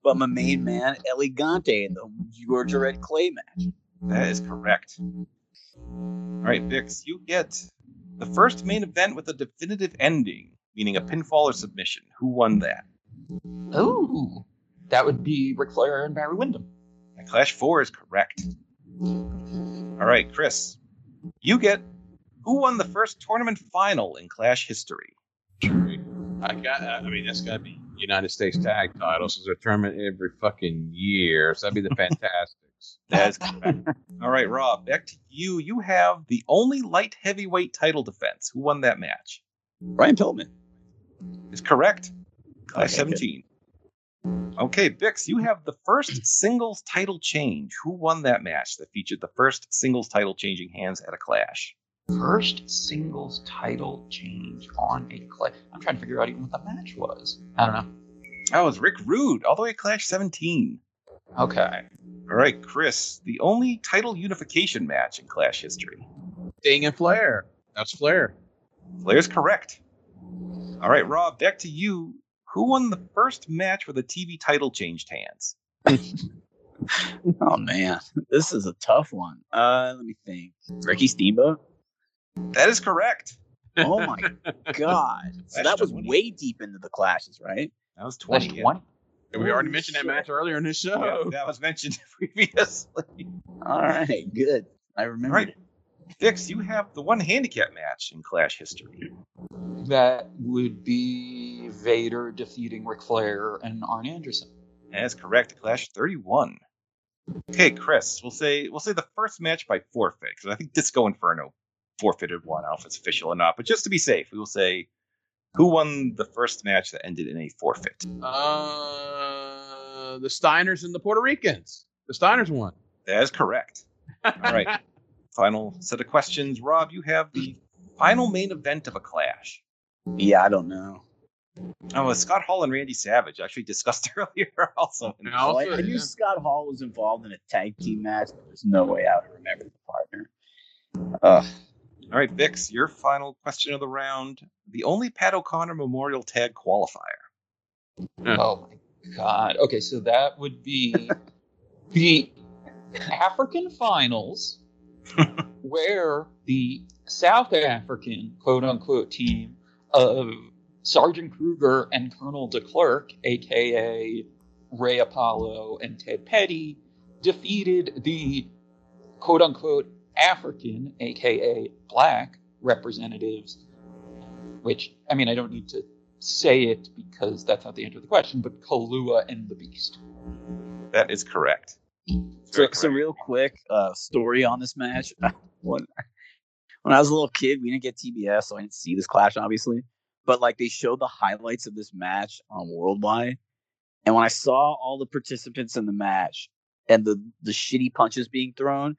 S4: by my main man Elegante in the Georgia Red Clay match.
S1: That is correct. All right, Vix, you get the first main event with a definitive ending, meaning a pinfall or submission. Who won that?
S2: Ooh, that would be Ric Flair and Barry Windham.
S1: And Clash 4 is correct. All right, Chris, you get who won the first tournament final in Clash history?
S3: I got. I mean, that's got to be United States tag titles. Is they're tournament every fucking year, so that'd be the Fantastics.
S1: That is correct. All right, Rob, back to you. You have the only light heavyweight title defense. Who won that match?
S4: Brian Pillman.
S1: Is correct. Clash
S4: Okay,
S1: 17. Okay, Bix, you have the first singles title change. Who won that match that featured the first singles title changing hands at a clash?
S2: First singles title change on a clay. I'm trying to figure out even what the match was. I don't know.
S1: That was Rick Rude, all the way at Clash 17.
S2: Okay.
S1: All right, Chris, the only title unification match in Clash history.
S3: Sting and Flair. That's Flair.
S1: Flair's correct. All right, Rob, back to you. Who won the first match where the TV title changed hands?
S4: Oh man, this is a tough one. Uh, let me think. Ricky Steamboat.
S1: That is correct.
S4: Oh my god, so
S1: That's
S4: that was
S1: the one.
S4: way deep into the clashes, right?
S1: That was
S2: That's
S1: 20. yeah.
S2: one.
S3: We already mentioned that
S4: shit.
S3: match earlier in the
S1: Yeah,
S3: show.
S1: that was mentioned previously.
S4: All right, good. I remember.
S1: Right. Vix, you have the one handicap match in Clash history.
S2: That would be Vader defeating Ric Flair and Arn Anderson.
S1: That's correct. Clash 31. Okay, Chris, we'll say we'll say the first match by forfeit because I think Disco Inferno forfeited one. I don't know if it's official or not, but just to be safe, we will say who won the first match that ended in a forfeit.
S3: Uh, the Steiners and the Puerto Ricans. The Steiners won.
S1: That is correct. All right. Final set of questions. Rob, you have the final main event of a clash.
S4: Yeah, I don't know.
S1: Oh, it's Scott Hall and Randy Savage actually discussed earlier also.
S3: And
S4: Well,
S3: also,
S4: Oh, I, I knew
S3: yeah.
S4: Scott Hall was involved in a tag team match, but there's no way I would remember the partner. Ugh.
S1: All right, Vix, your final question of the round. The only Pat O'Connor Memorial Tag qualifier.
S3: Yeah.
S2: Oh my god. Okay, so that would be the African finals where the South African quote unquote team of Sergeant Kruger and Colonel de Klerk, aka Ray Apollo and Ted Petty, defeated the quote unquote African, aka black representatives, which I mean I don't need to say it because that's not the answer to the question, but Kalua and the Beast.
S1: That is correct.
S4: So,
S1: Very
S4: so
S1: correct.
S4: real quick uh, story on this match. when, when I was a little kid, we didn't get TBS, so I didn't see this clash, obviously. but like they showed the highlights of this match on Worldwide, and when I saw all the participants in the match and the the shitty punches being thrown,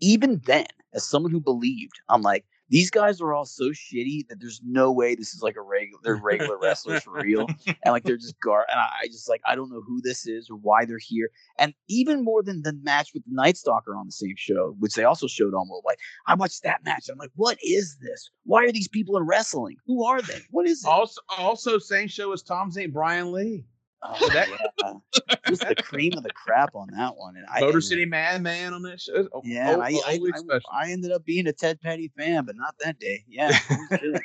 S4: even then, as someone who believed, I'm like, these guys are all so shitty that there's no way this is like a regular they're regular wrestlers for real, and like they're just gar. And I, I just like I don't know who this is or why they're here, and even more than the match with the Night Stalker on the same show, which they also showed on Worldwide. I watched that match. I'm like, what is this? Why are these people in wrestling? Who are they? What is it?
S3: Also, also same show as Tom St. Brian Lee.
S4: Oh,
S3: that-
S4: yeah. just the cream of the crap on that one. And I,
S3: Motor
S4: and-
S3: City Madman on that show. Oh,
S4: Yeah, and
S3: oh,
S4: I,
S3: oh,
S4: I,
S3: always
S4: I-
S3: special.
S4: I ended up being a Ted Petty fan, but not that day. Yeah. holy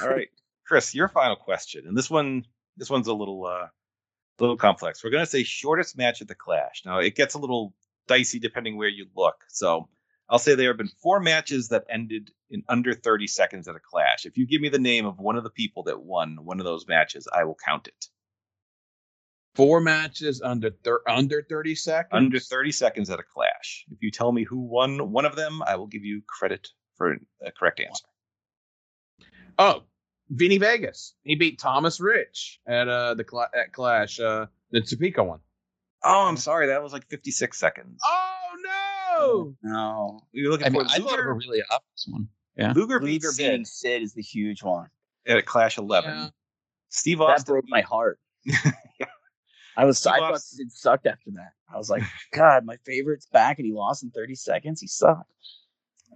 S1: All right, Chris, your final question, and this one, this one's a little, uh, little complex. We're gonna say shortest match at the Clash. Now it gets a little dicey depending where you look. So I'll say there have been four matches that ended in under 30 seconds at a Clash. If you give me the name of one of the people that won one of those matches, I will count it.
S3: Four matches under thir- under thirty seconds.
S1: Under 30 seconds at a Clash. If you tell me who won one of them, I will give you credit for a correct answer.
S3: Oh, Vinny Vegas. He beat Thomas Rich at uh the cla at Clash uh the Topeka one.
S1: Oh, I'm sorry, that was like 56 seconds.
S3: Oh
S1: Mm-hmm.
S4: shit. no.
S1: You're looking
S2: I mean,
S1: for
S2: I thought of a
S1: Luger,
S2: really obvious one.
S1: Luger beat
S4: Luger
S1: Sid
S4: beating Sid is the huge one.
S1: at a Clash 11.
S3: Yeah.
S1: Steve
S4: That
S1: Austin
S4: broke my heart. I was I thought
S1: lost-
S4: Sid sucked after that. I was like, God, my favorite's back, and he lost in 30 seconds. He sucked.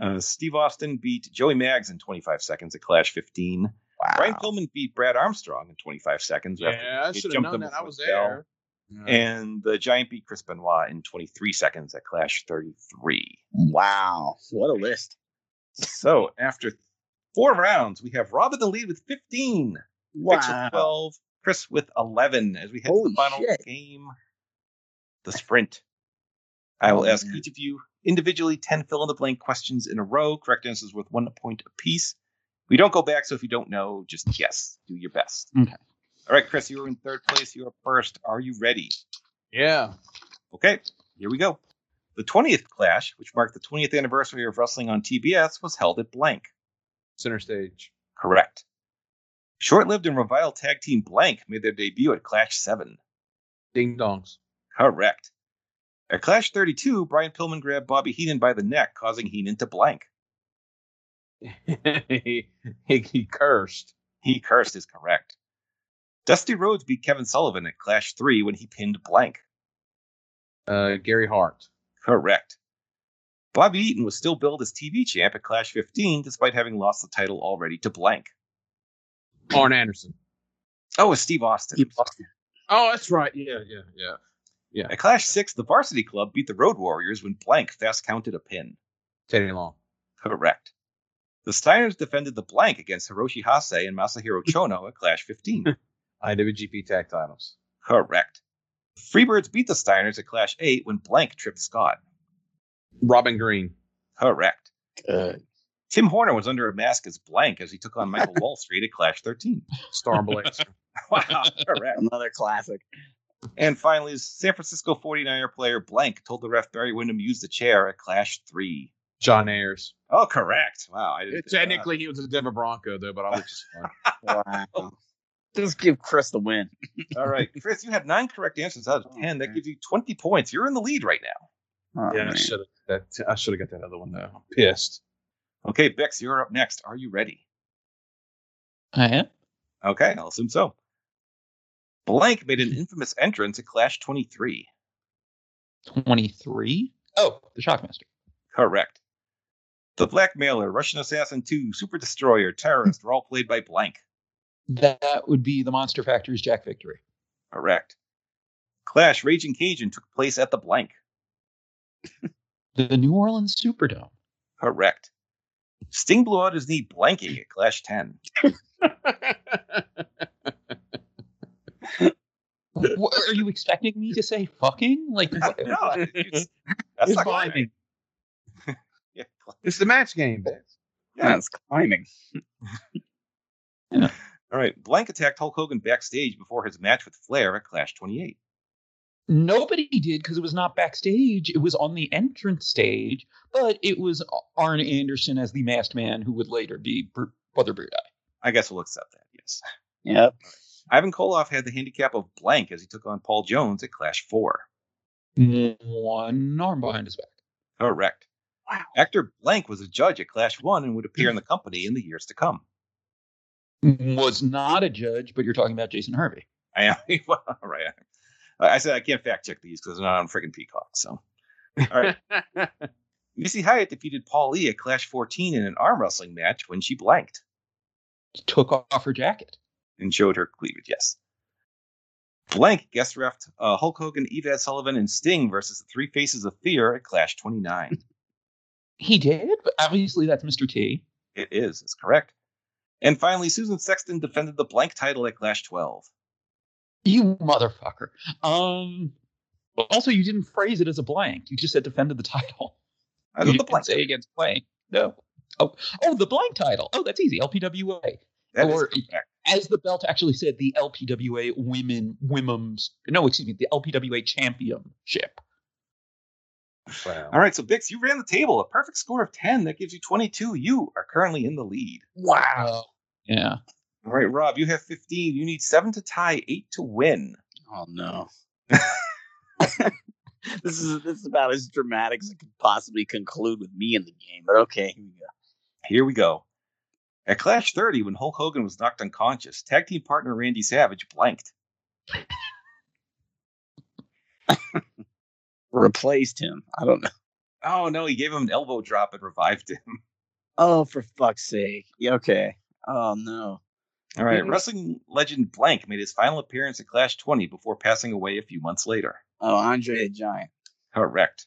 S1: Uh, Steve Austin beat Joey Maggs in 25 seconds at Clash 15.
S4: Wow.
S1: Brian Pillman beat Brad Armstrong in 25 seconds.
S3: no!
S1: after
S3: Yeah, I
S1: he
S3: should have
S1: jumped
S3: known
S1: him
S3: that.
S1: before
S3: I was
S1: the bell.
S3: there. Yeah.
S1: And the Giant beat Chris Benoit in 23 seconds at Clash 33.
S4: Wow. What a list.
S1: so after four rounds, we have Rob in the lead with 15, Fix with 12, Chris with 11 as we head to
S4: Holy
S1: the final
S4: shit.
S1: game, the sprint. I will
S4: Oh,
S1: ask
S4: man.
S1: each of you individually 10 fill in the blank questions in a row. Correct answers worth one point apiece. We don't go back, so if you don't know, just guess. Do your best.
S2: Okay.
S1: All right, Chris, you are in third place. You are first. Are you ready?
S3: yeah.
S1: Okay, here we go. The 20th Clash, which marked the 20th anniversary of wrestling on TBS, was held at blank.
S3: Center stage.
S1: Correct. Short lived and reviled tag team Blank made their debut at Clash 7.
S3: Ding dongs.
S1: Correct. At Clash 32, Brian Pillman grabbed Bobby Heenan by the neck, causing Heenan to blank.
S3: he, he he cursed.
S1: He cursed is correct. Dusty Rhodes beat Kevin Sullivan at Clash 3 when he pinned Blank.
S3: Uh Gary Hart.
S1: Correct. Bobby Eaton was still billed as TV champ at Clash 15 despite having lost the title already to Blank.
S3: Arn Anderson.
S1: Oh, it's Steve Austin.
S4: Steve Austin.
S3: Oh, that's right. Yeah, yeah, yeah.
S1: At Clash 6, the Varsity Club beat the Road Warriors when Blank fast counted a pin.
S3: Teddy Long.
S1: Correct. The Steiners defended the blank against Hiroshi Hase and Masahiro Chono at Clash 15.
S3: IWGP tag titles.
S1: Correct. The Freebirds beat the Steiners at Clash 8 when blank tripped Scott.
S3: Robin Green.
S1: Correct.
S4: Good.
S1: Tim Horner was under a mask as blank as he took on Michael Wall Street at Clash 13.
S3: Star Blazer.
S1: Wow, correct.
S4: Another classic.
S1: And finally, San Francisco 49er player blank told the ref Barry Windham used the chair at Clash 3.
S3: John Ayers.
S1: Oh, correct. Wow. I didn't think of that.
S3: Technically, he was a Denver Bronco, though, but I was just fun.
S4: Wow. Just give Chris the win.
S1: All right. Chris, you had nine correct answers out of 10. That gives you 20 points. You're in the lead right now.
S4: Oh,
S3: yeah, I
S4: man.
S3: should have. That I should have got that other one though. I'm pissed.
S1: Okay, Bex, you're up next. Are you ready?
S2: I am.
S1: Okay, I'll assume so. Blank made an infamous entrance at Clash 23.
S2: 23. Oh, the Shockmaster.
S1: Correct. The Blackmailer, Russian Assassin 2, Super Destroyer, Terrorist were all played by Blank.
S2: That would be the Monster Factory's Jack Victory.
S1: Correct. Clash Raging Cajun took place at the Blank.
S2: The New Orleans Superdome.
S1: Correct. Sting blew out his knee blanking at Clash 10.
S2: what, are you expecting me to say fucking? Like, what?
S1: No, it's- that's
S2: It's
S1: not climbing.
S2: climbing.
S1: Yeah,
S3: it's the match game. Vince.
S4: Yeah, it's climbing.
S1: All right. Blank attacked Hulk Hogan backstage before his match with Flair at Clash 28.
S2: nobody did because it was not backstage. It was on the entrance stage, but it was Arn Anderson as the masked man who would later be Br- Brother Brudai.
S1: I guess we'll accept that. Yes.
S4: Yep.
S1: Ivan Koloff had the handicap of blank as he took on Paul Jones at Clash 4.
S2: One arm behind his back.
S1: Correct.
S4: Wow.
S1: Actor blank was a judge at Clash 1 and would appear in the company in the years to come.
S2: Was not a judge, but you're talking about Jason Hervey.
S1: I am. well, all right. I I said I can't fact check these because they're not on freaking Peacock. So, all right. Missy Hyatt defeated Paul Lee at Clash 14 in an arm wrestling match when she blanked
S2: Took off her jacket.
S1: and showed her cleavage. Yes. Blank guest ref uh, Hulk Hogan, Yvette Sullivan, and Sting versus the Three Faces of Fear at Clash 29.
S2: He did, but obviously that's Mr. T.
S1: it is. It's correct. And finally, Susan Sexton defended the blank title at Clash 12.
S2: You motherfucker. Um. Also, you didn't phrase it as a blank. You just said defended the title.
S1: I thought
S2: you
S1: the
S2: didn't
S1: blank.
S2: say against blank. No. Oh, oh, the blank title. Oh, that's easy. LPWA.
S1: That is
S2: or-
S1: correct.
S2: as the belt actually said, the LPWA women women's no, excuse me, the LPWA championship.
S1: All right, so Bix, you ran the table. A perfect score of 10. That gives you 22. You are currently in the lead.
S2: Wow. Yeah.
S1: All right, Rob, you have 15. You need seven to tie, eight to win.
S4: Oh no. this is this is about as dramatic as it could possibly conclude with me in the game. But okay, here we go.
S1: Here we go. At Clash 30, when Hulk Hogan was knocked unconscious, tag team partner Randy Savage blanked.
S4: Replaced him. I don't know.
S1: Oh, no, he gave him an elbow drop and revived him.
S4: Oh, for fuck's sake. Yeah, Okay. Oh no.
S1: All right,
S2: Mm-hmm.
S4: Mhm.
S1: wrestling legend Blank made his final appearance at Clash 20 before passing away a few months later.
S4: Oh, Andre the Giant.
S1: Correct.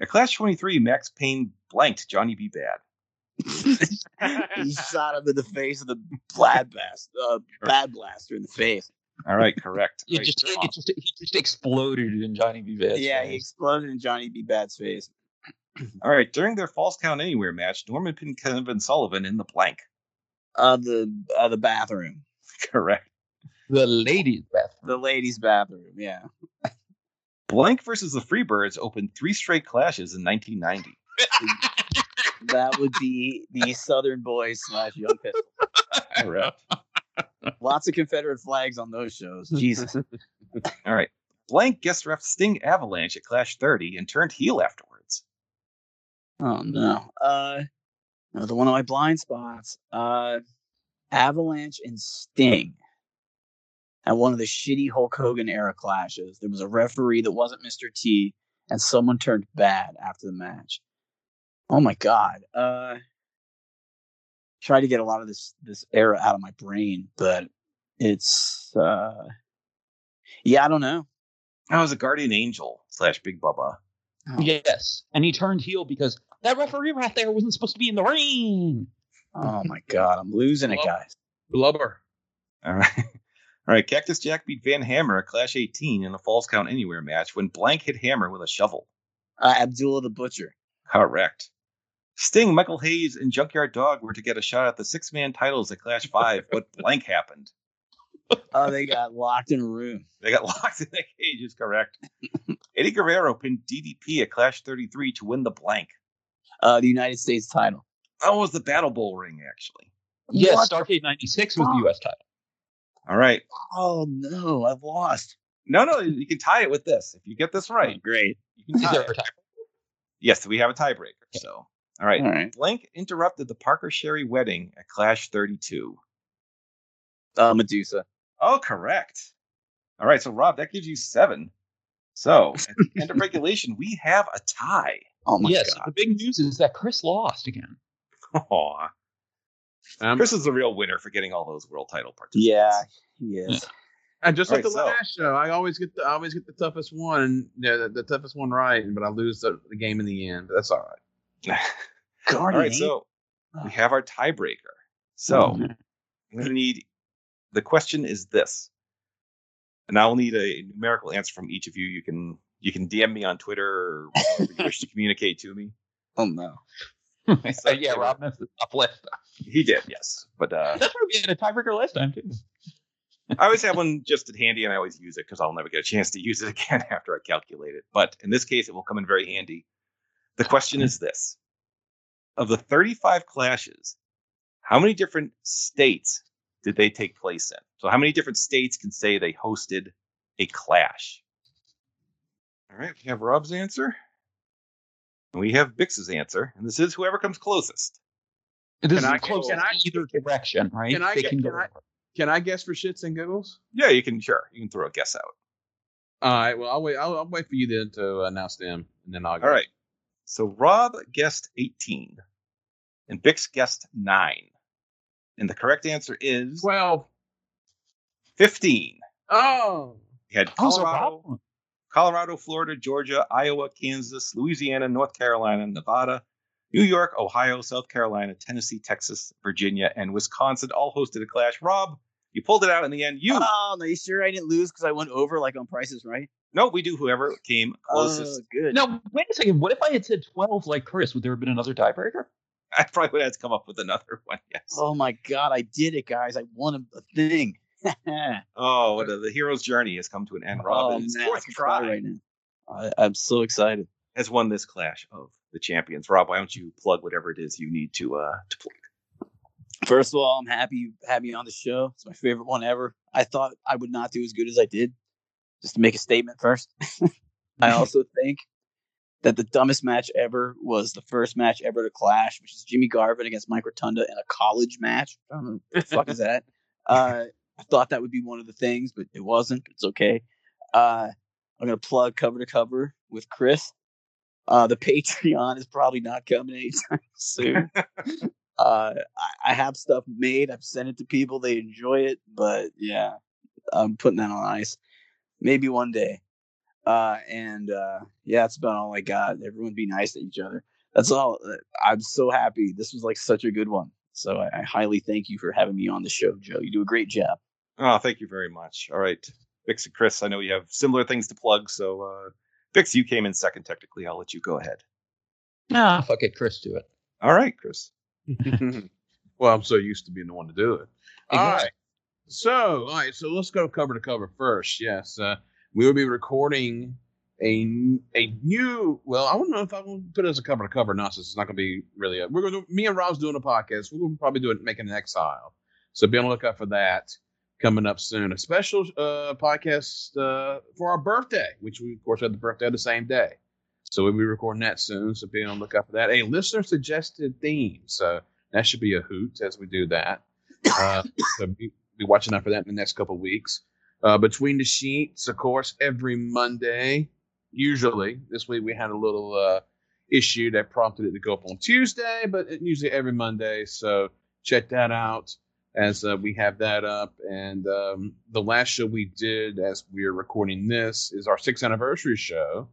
S1: At Clash 23, Max Payne blanked Johnny B. Bad.
S4: he shot him in the face with a blad blast, uh, bad blaster in the face.
S1: All right, correct.
S2: It
S1: All right,
S2: just
S1: Tom.
S2: it just he just exploded in Johnny B. Vance.
S4: yeah, he exploded in Johnny B. Bad's face.
S1: All right, during their False Count Anywhere match, Norman pinned Kevin Sullivan in the blank.
S4: Uh, the uh, the bathroom,
S1: Correct.
S2: the ladies' bathroom.
S4: the ladies' bathroom. Yeah.
S1: Blank versus the Freebirds opened three straight clashes in 1990.
S4: that would be the Southern Boys slash Young Pistol.
S1: Correct.
S4: Lots of Confederate flags on those shows. Jesus.
S1: All right. Blank guest ref Sting Avalanche at Clash 30 and turned heel afterwards.
S4: Oh no. Uh, another one of my blind spots. Uh, Avalanche and Sting. At one of the shitty Hulk Hogan era clashes, there was a referee that wasn't Mr. T, and someone turned bad after the match. Oh my god. Uh, try to get a lot of this this era out of my brain, but it's uh, yeah, I don't know.
S1: I was a guardian angel slash Big Bubba.
S3: Oh.
S2: Yes. And he turned heel because that referee right there wasn't supposed to be in the ring.
S4: Oh my god, I'm losing it,
S3: Well,
S4: guys.
S3: Blubber.
S1: All right. All right. Cactus Jack beat Van Hammer at Clash 18 in a Falls Count Anywhere match when Blank hit Hammer with a shovel.
S4: Uh, Abdullah the Butcher.
S1: Correct. Sting, Michael Hayes, and Junkyard Dog were to get a shot at the six man titles at Clash 5, but Blank happened.
S4: Oh, they got locked in a room.
S1: They got locked in the cage, is correct. Eddie Guerrero pinned DDP at Clash 33 to win the blank.
S4: Uh, the United States title.
S1: That was the Battle Bowl ring, actually.
S2: Yes,
S4: What?
S2: Starcade ninety six was the US title.
S1: All right.
S4: Oh no, I've lost.
S1: No, no, you can tie it with this. If you get this
S4: Right,
S1: right,
S4: great.
S1: you can tie
S2: Is
S3: Oh
S2: there
S1: it.
S2: a time?
S1: Yes, we have a tiebreaker. So, all right.
S4: All right.
S1: Blank interrupted the Parker Sherry wedding at Clash 32.
S4: Uh, Medusa.
S1: Oh, correct. All right. So, Rob, that gives you seven. So, at the end of regulation, we have a tie.
S4: Oh my
S2: yes.
S4: god.
S2: The big news is that Chris lost again.
S1: Aw.
S3: Um,
S1: Chris is the real winner for getting all those world title participants.
S4: Yeah, he is.
S3: and just like
S1: All
S3: the
S1: right, so-
S3: last show, I always get the I always get the toughest one, yeah, the, the toughest one right, but I lose the, the game in the end. But that's all right.
S1: all
S4: Guardian.
S1: right. So, we have our tiebreaker. So,
S2: Mm-hmm.
S1: I'm going to need the question is this, and I'll need a numerical answer from each of you. You can you can DM me on Twitter or whatever you wish to communicate to me.
S4: oh no.
S2: Uh, yeah, Rob missed the top left.
S1: He did, yes, but uh,
S2: That's why we had a tiebreaker last time too.
S1: I always have one just at handy, and I always use it because I'll never get a chance to use it again after I calculate it. But in this case, it will come in very handy. The question is this: Of the 35 clashes, how many different states did they take place in? So, how many different states can say they hosted a clash? All right, we have Rob's answer. And we have Bix's answer. And this is whoever comes closest.
S2: This is
S3: I-
S2: close
S3: can
S2: in
S3: I-
S2: either direction, right?
S3: can I
S2: They
S3: get-
S2: can go
S3: can I- Can I guess for shits and giggles?
S1: Yeah, you can, sure. You can throw a guess out.
S3: All right. Well, I'll wait. I'll, I'll wait for you then to announce them, and then I'll.
S1: All right. So, Rob guessed 18, and Bix guessed 9. And the correct answer is
S3: Twelve.
S1: 15.
S3: Oh.
S1: We had
S2: Oh, so
S1: Colorado.
S2: Rob-
S1: Colorado, Florida, Georgia, Iowa, Kansas, Louisiana, North Carolina, Nevada, New York, Ohio, South Carolina, Tennessee, Texas, Virginia, and Wisconsin all hosted a clash. Rob, you pulled it out in the end. You
S4: Oh, no, you sure I didn't lose because I went over like on prices, right?
S1: no, we do whoever came closest.
S4: Oh, good.
S2: Now, wait a second. What if I had said 12 like Chris? Would there have been another tiebreaker?
S1: I probably would have to come up with another one. Yes. Oh,
S4: Oh my god, I did it, guys! I won a, a thing.
S1: Oh, what a- the hero's journey has come to an end. Rob,
S4: oh,
S1: in his
S4: man, I
S1: fourth
S4: can cry
S1: try,
S4: right now. I, I'm so excited.
S1: has won this clash of the champions. Rob, why don't you plug whatever it is you need to uh to plug?
S4: First of all, I'm happy you had me on the show. It's my favorite one ever. I thought I would not do as good as I did, just to make a statement first. I also think that the dumbest match ever was the first match ever to clash, which is Jimmy Garvin against Mike Rotunda in a college match. I don't know what the fuck is that? Uh, I thought that would be one of the things, but it wasn't. It's okay. Uh, I'm going to plug cover to cover with Chris. Uh, the Patreon is probably not coming anytime soon. uh, I, I have stuff made. I've sent it to people. They enjoy it, but yeah, I'm putting that on ice. Maybe one day. Uh, and uh, yeah, that's about all I got. Everyone be nice to each other. That's all. Uh, I'm so happy. This was like such a good one. So I, I highly thank you for having me on the show, Joe. You do a great job.
S1: Oh, thank you very much. All right, Vix and Chris, I know you have similar things to plug, so uh, Vix, you came in second technically. I'll let you go ahead.
S2: Nah, fuck it. Chris, do it.
S1: All right, Chris.
S3: well, I'm so used to being the one to do it. All right. So, all right. So let's go cover to cover first. Yes, uh, we will be recording a a new. Well, I don't know if I will put it as a cover to cover. Not since it's not going to be really. A, we're going to me and Rob's doing a podcast. We're going to probably do it making an exile. So be on the lookout for that coming up soon. A special uh, podcast uh, for our birthday, which we of course had the birthday the same day. So we'll be recording that soon. So be on the lookout for that. A listener suggested theme. So that should be a hoot as we do that. Uh, so be, be watching out for that in the next couple of weeks. Uh, between the sheets, of course, every Monday. Usually, this week we had a little uh, issue that prompted it to go up on Tuesday, but it, usually every Monday. So check that out as uh, we have that up. And um, the last show we did as we're recording this is our sixth anniversary show,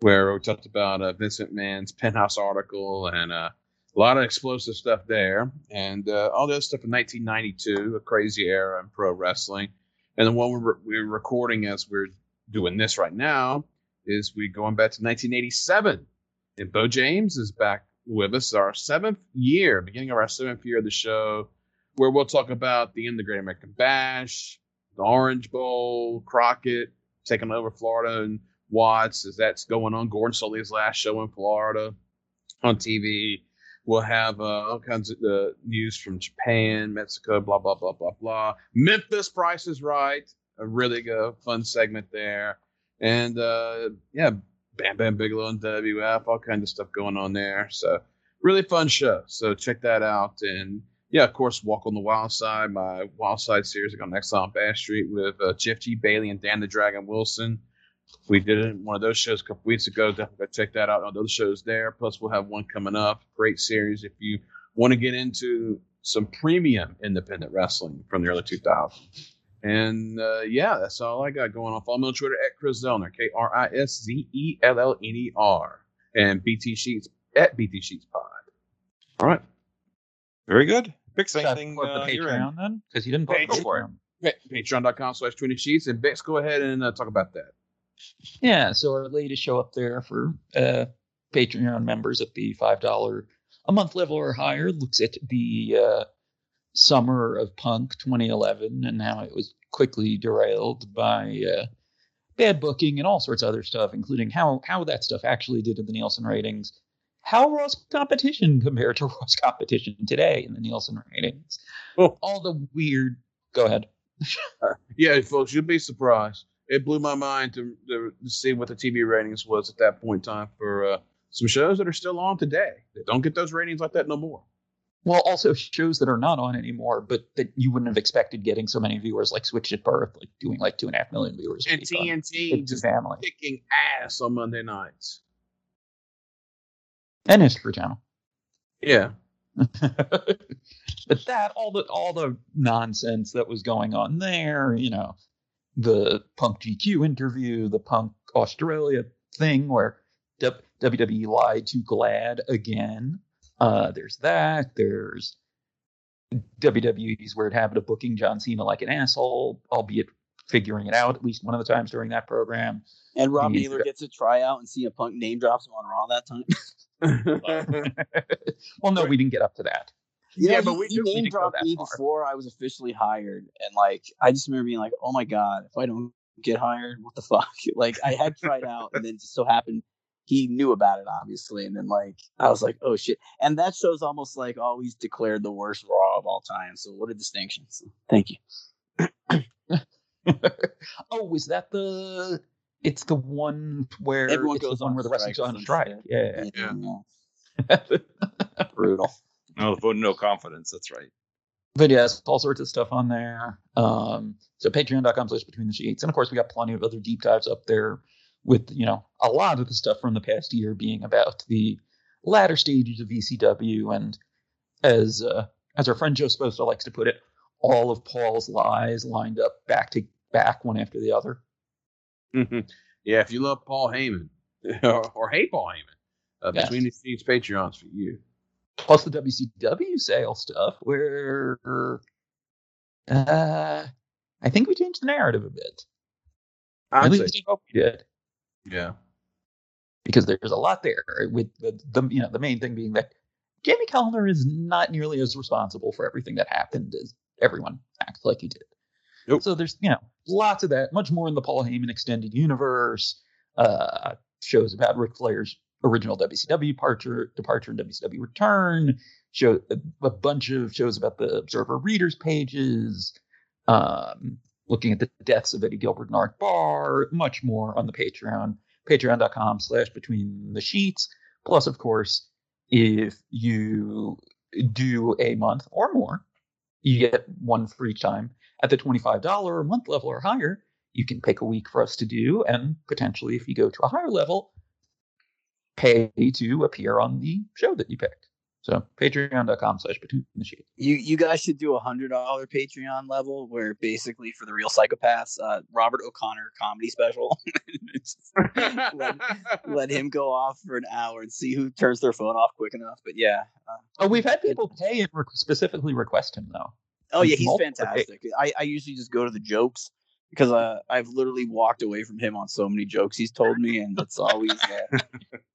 S3: where we talked about uh, Vincent Mann's penthouse article and uh, a lot of explosive stuff there, and uh, all that stuff in 1992, a crazy era in pro wrestling. And the one we're, we're recording as we're doing this right now is we going back to 1987, and Bo James is back with us, our seventh year, beginning of our seventh year of the show, where we'll talk about the end of the Great American Bash, the Orange Bowl, Crockett taking over Florida, and Watts as that's going on. Gordon Sully's last show in Florida on TV. We'll have uh, all kinds of uh, news from Japan, Mexico, blah blah blah blah blah. Memphis Price is Right, a really good fun segment there, and uh, yeah, Bam Bam Bigelow and WF, all kinds of stuff going on there. So really fun show. So check that out, and yeah, of course, Walk on the Wild Side, my Wild Side series on Exile on Bass Street with uh, Jeff G. Bailey and Dan the Dragon Wilson. We did it in one of those shows a couple weeks ago. Definitely go check that out. All those shows there. Plus, we'll have one coming up. Great series. If you want to get into some premium independent wrestling from the early 2000s. And uh, yeah, that's all I got going on. Follow me on Twitter at Chris Zellner, K R I S Z E L L N E R, and BT Sheets at BT Sheets Pod. All right.
S1: Very good. Bix,
S2: Should I
S1: anything
S2: plug
S1: uh,
S2: the
S1: you're in.
S2: Patreon then? Because you didn't plug
S1: Hey,
S2: the
S1: go for it.
S2: Patreon.
S3: Patreon.com slash 20 Sheets. And Bex, go ahead and uh, talk about that.
S2: Yeah, so our latest show up there for uh, Patreon members at the five dollar a month level or higher looks at the uh, summer of punk 2011 and how it was quickly derailed by uh, bad booking and all sorts of other stuff, including how how that stuff actually did to the Nielsen ratings, how Raw's competition compared to Raw's competition today in the Nielsen ratings.
S3: Oh.
S2: All the weird. Go ahead.
S3: Yeah, folks, you'd be surprised. It blew my mind to, to see what the TV ratings was at that point in time for uh, some shows that are still on today. They don't get those ratings like that no more.
S2: Well, also shows that are not on anymore, but that you wouldn't have expected getting so many viewers, like Switched at Birth, like doing like two and a half million viewers. a
S3: And
S2: week on
S3: TNT
S2: It's a
S3: just
S2: family
S3: kicking ass on Monday nights.
S2: and History Channel.
S3: Yeah,
S2: but that all the all the nonsense that was going on there, you know, the Punk GQ interview, the Punk Australia thing where W- WWE lied to Glad again. Uh, there's that. There's WWE's weird habit of booking John Cena like an asshole, albeit figuring it out at least one of the times during that program.
S4: And Rob
S2: He's
S4: Naylor
S2: got-
S4: gets a tryout and CM Punk name drops him on Raw that time.
S2: well, no, we didn't get up to that.
S4: You know,
S2: Yeah, but
S4: he-
S2: we
S4: he
S2: didn't- we
S4: name
S2: didn't go
S4: dropped
S2: that
S4: me
S2: far.
S4: before I was officially hired, and like I just remember being like, "Oh my god, if I don't get hired, what the fuck?" Like I had tried out, and then just so happened he knew about it, obviously, and then like I was like, "Oh shit!" And that show's almost like always declared the worst Raw of all time. So what a distinction! So, thank you.
S2: oh, was that the? It's the one where
S4: Everyone
S2: it's
S4: goes
S2: the one
S4: on
S2: where the wrestling's
S4: strike or
S2: on
S4: some
S2: strike.
S4: shit.
S2: Yeah.
S4: Yeah, uh,
S2: Brutal.
S1: No, the vote of no confidence. That's right.
S2: But yes, all sorts of stuff on there. Um, so patreon.com slash between the sheets. And of course we got plenty of other deep dives up there with, you know, a lot of the stuff from the past year being about the latter stages of ECW and as uh, as our friend Joe Sposa likes to put it, all of Paul's lies lined up back to back one after the other.
S3: yeah. If you love Paul Heyman or, or hate Paul Heyman, uh,
S2: Yes.
S3: between these things, Patreon's for you.
S2: plus the WCW sale stuff, where uh, I think we changed the narrative a bit. At
S3: I'd say,
S2: least I hope we did,
S3: yeah.
S2: because there's a lot there. With the, the you know the main thing being that Jamie Kellner is not nearly as responsible for everything that happened as everyone acts like he did.
S3: Nope.
S2: So there's you know lots of that, much more in the Paul Heyman extended universe. Uh, shows about Ric Flair's original WCW departure, departure and WCW return. Show a, a bunch of shows about the Observer readers pages. Um, looking at the deaths of Eddie Gilbert and Art Barr. Much more on the Patreon. Patreon.com/slash Between the Sheets. Plus, of course, if you do a month or more, you get one for each time. At the $25 a month level or higher, you can pick a week for us to do, and potentially, if you go to a higher level, pay to appear on the show that you picked. So patreon.com slash between the sheets.
S4: You you guys should do a hundred dollar Patreon level where basically for the real psychopaths, uh, Robert O'Connor comedy special. It's- Let- let him go off for an hour and see who turns their phone off quick enough. But yeah, uh,
S2: Oh, we've had people pay and re- specifically request him, though.
S4: oh yeah, he's
S2: Multiple
S4: fantastic. I, I usually just go to the jokes because uh, I've literally walked away from him on so many jokes he's told me, and it's always uh,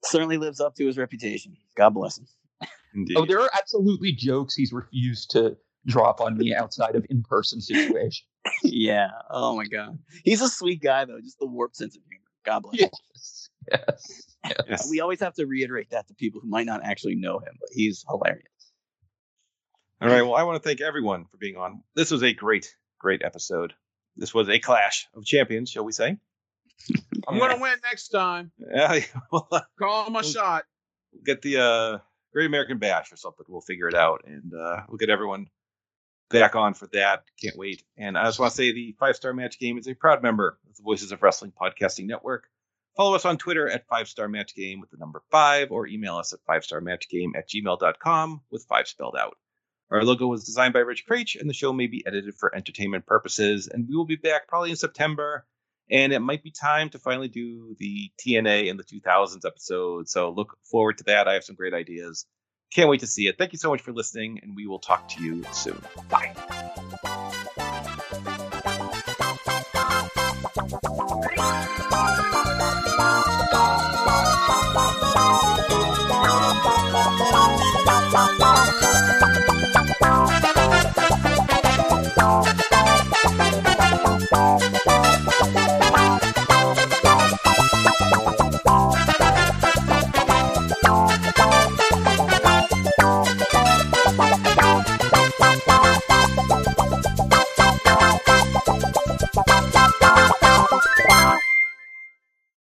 S4: certainly lives up to his reputation. God bless him.
S1: Indeed.
S2: Oh, there are absolutely jokes he's refused to drop on me outside of in person situations.
S4: yeah. Oh my god, he's a sweet guy though. Just the warped sense of humor. God bless. him.
S2: yes. Yes.
S1: Yes.
S4: We always have to reiterate that to people who might not actually know him, but he's hilarious.
S1: All right. Well, I want to thank everyone for being on. This was a great, great episode. This was a clash of champions, shall we say?
S3: I'm gonna win next time.
S1: Yeah. We'll
S3: Call my shot.
S1: get the uh, Great American Bash or something. We'll figure it out, and uh, we'll get everyone back on for that. Can't wait. And I just want to say the Five Star Match Game is a proud member of the Voices of Wrestling Podcasting Network. Follow us on Twitter at Five Star Match Game with the number five, or email us at five star match game at gmail.com with five spelled out. Our logo was designed by Rich Creech, and the show may be edited for entertainment purposes. And we will be back probably in September, and it might be time to finally do the TNA and the 2000s episode. So look forward to that. I have some great ideas. Can't wait to see it. Thank you so much for listening, and we will talk to you soon. Bye.
S5: Bye.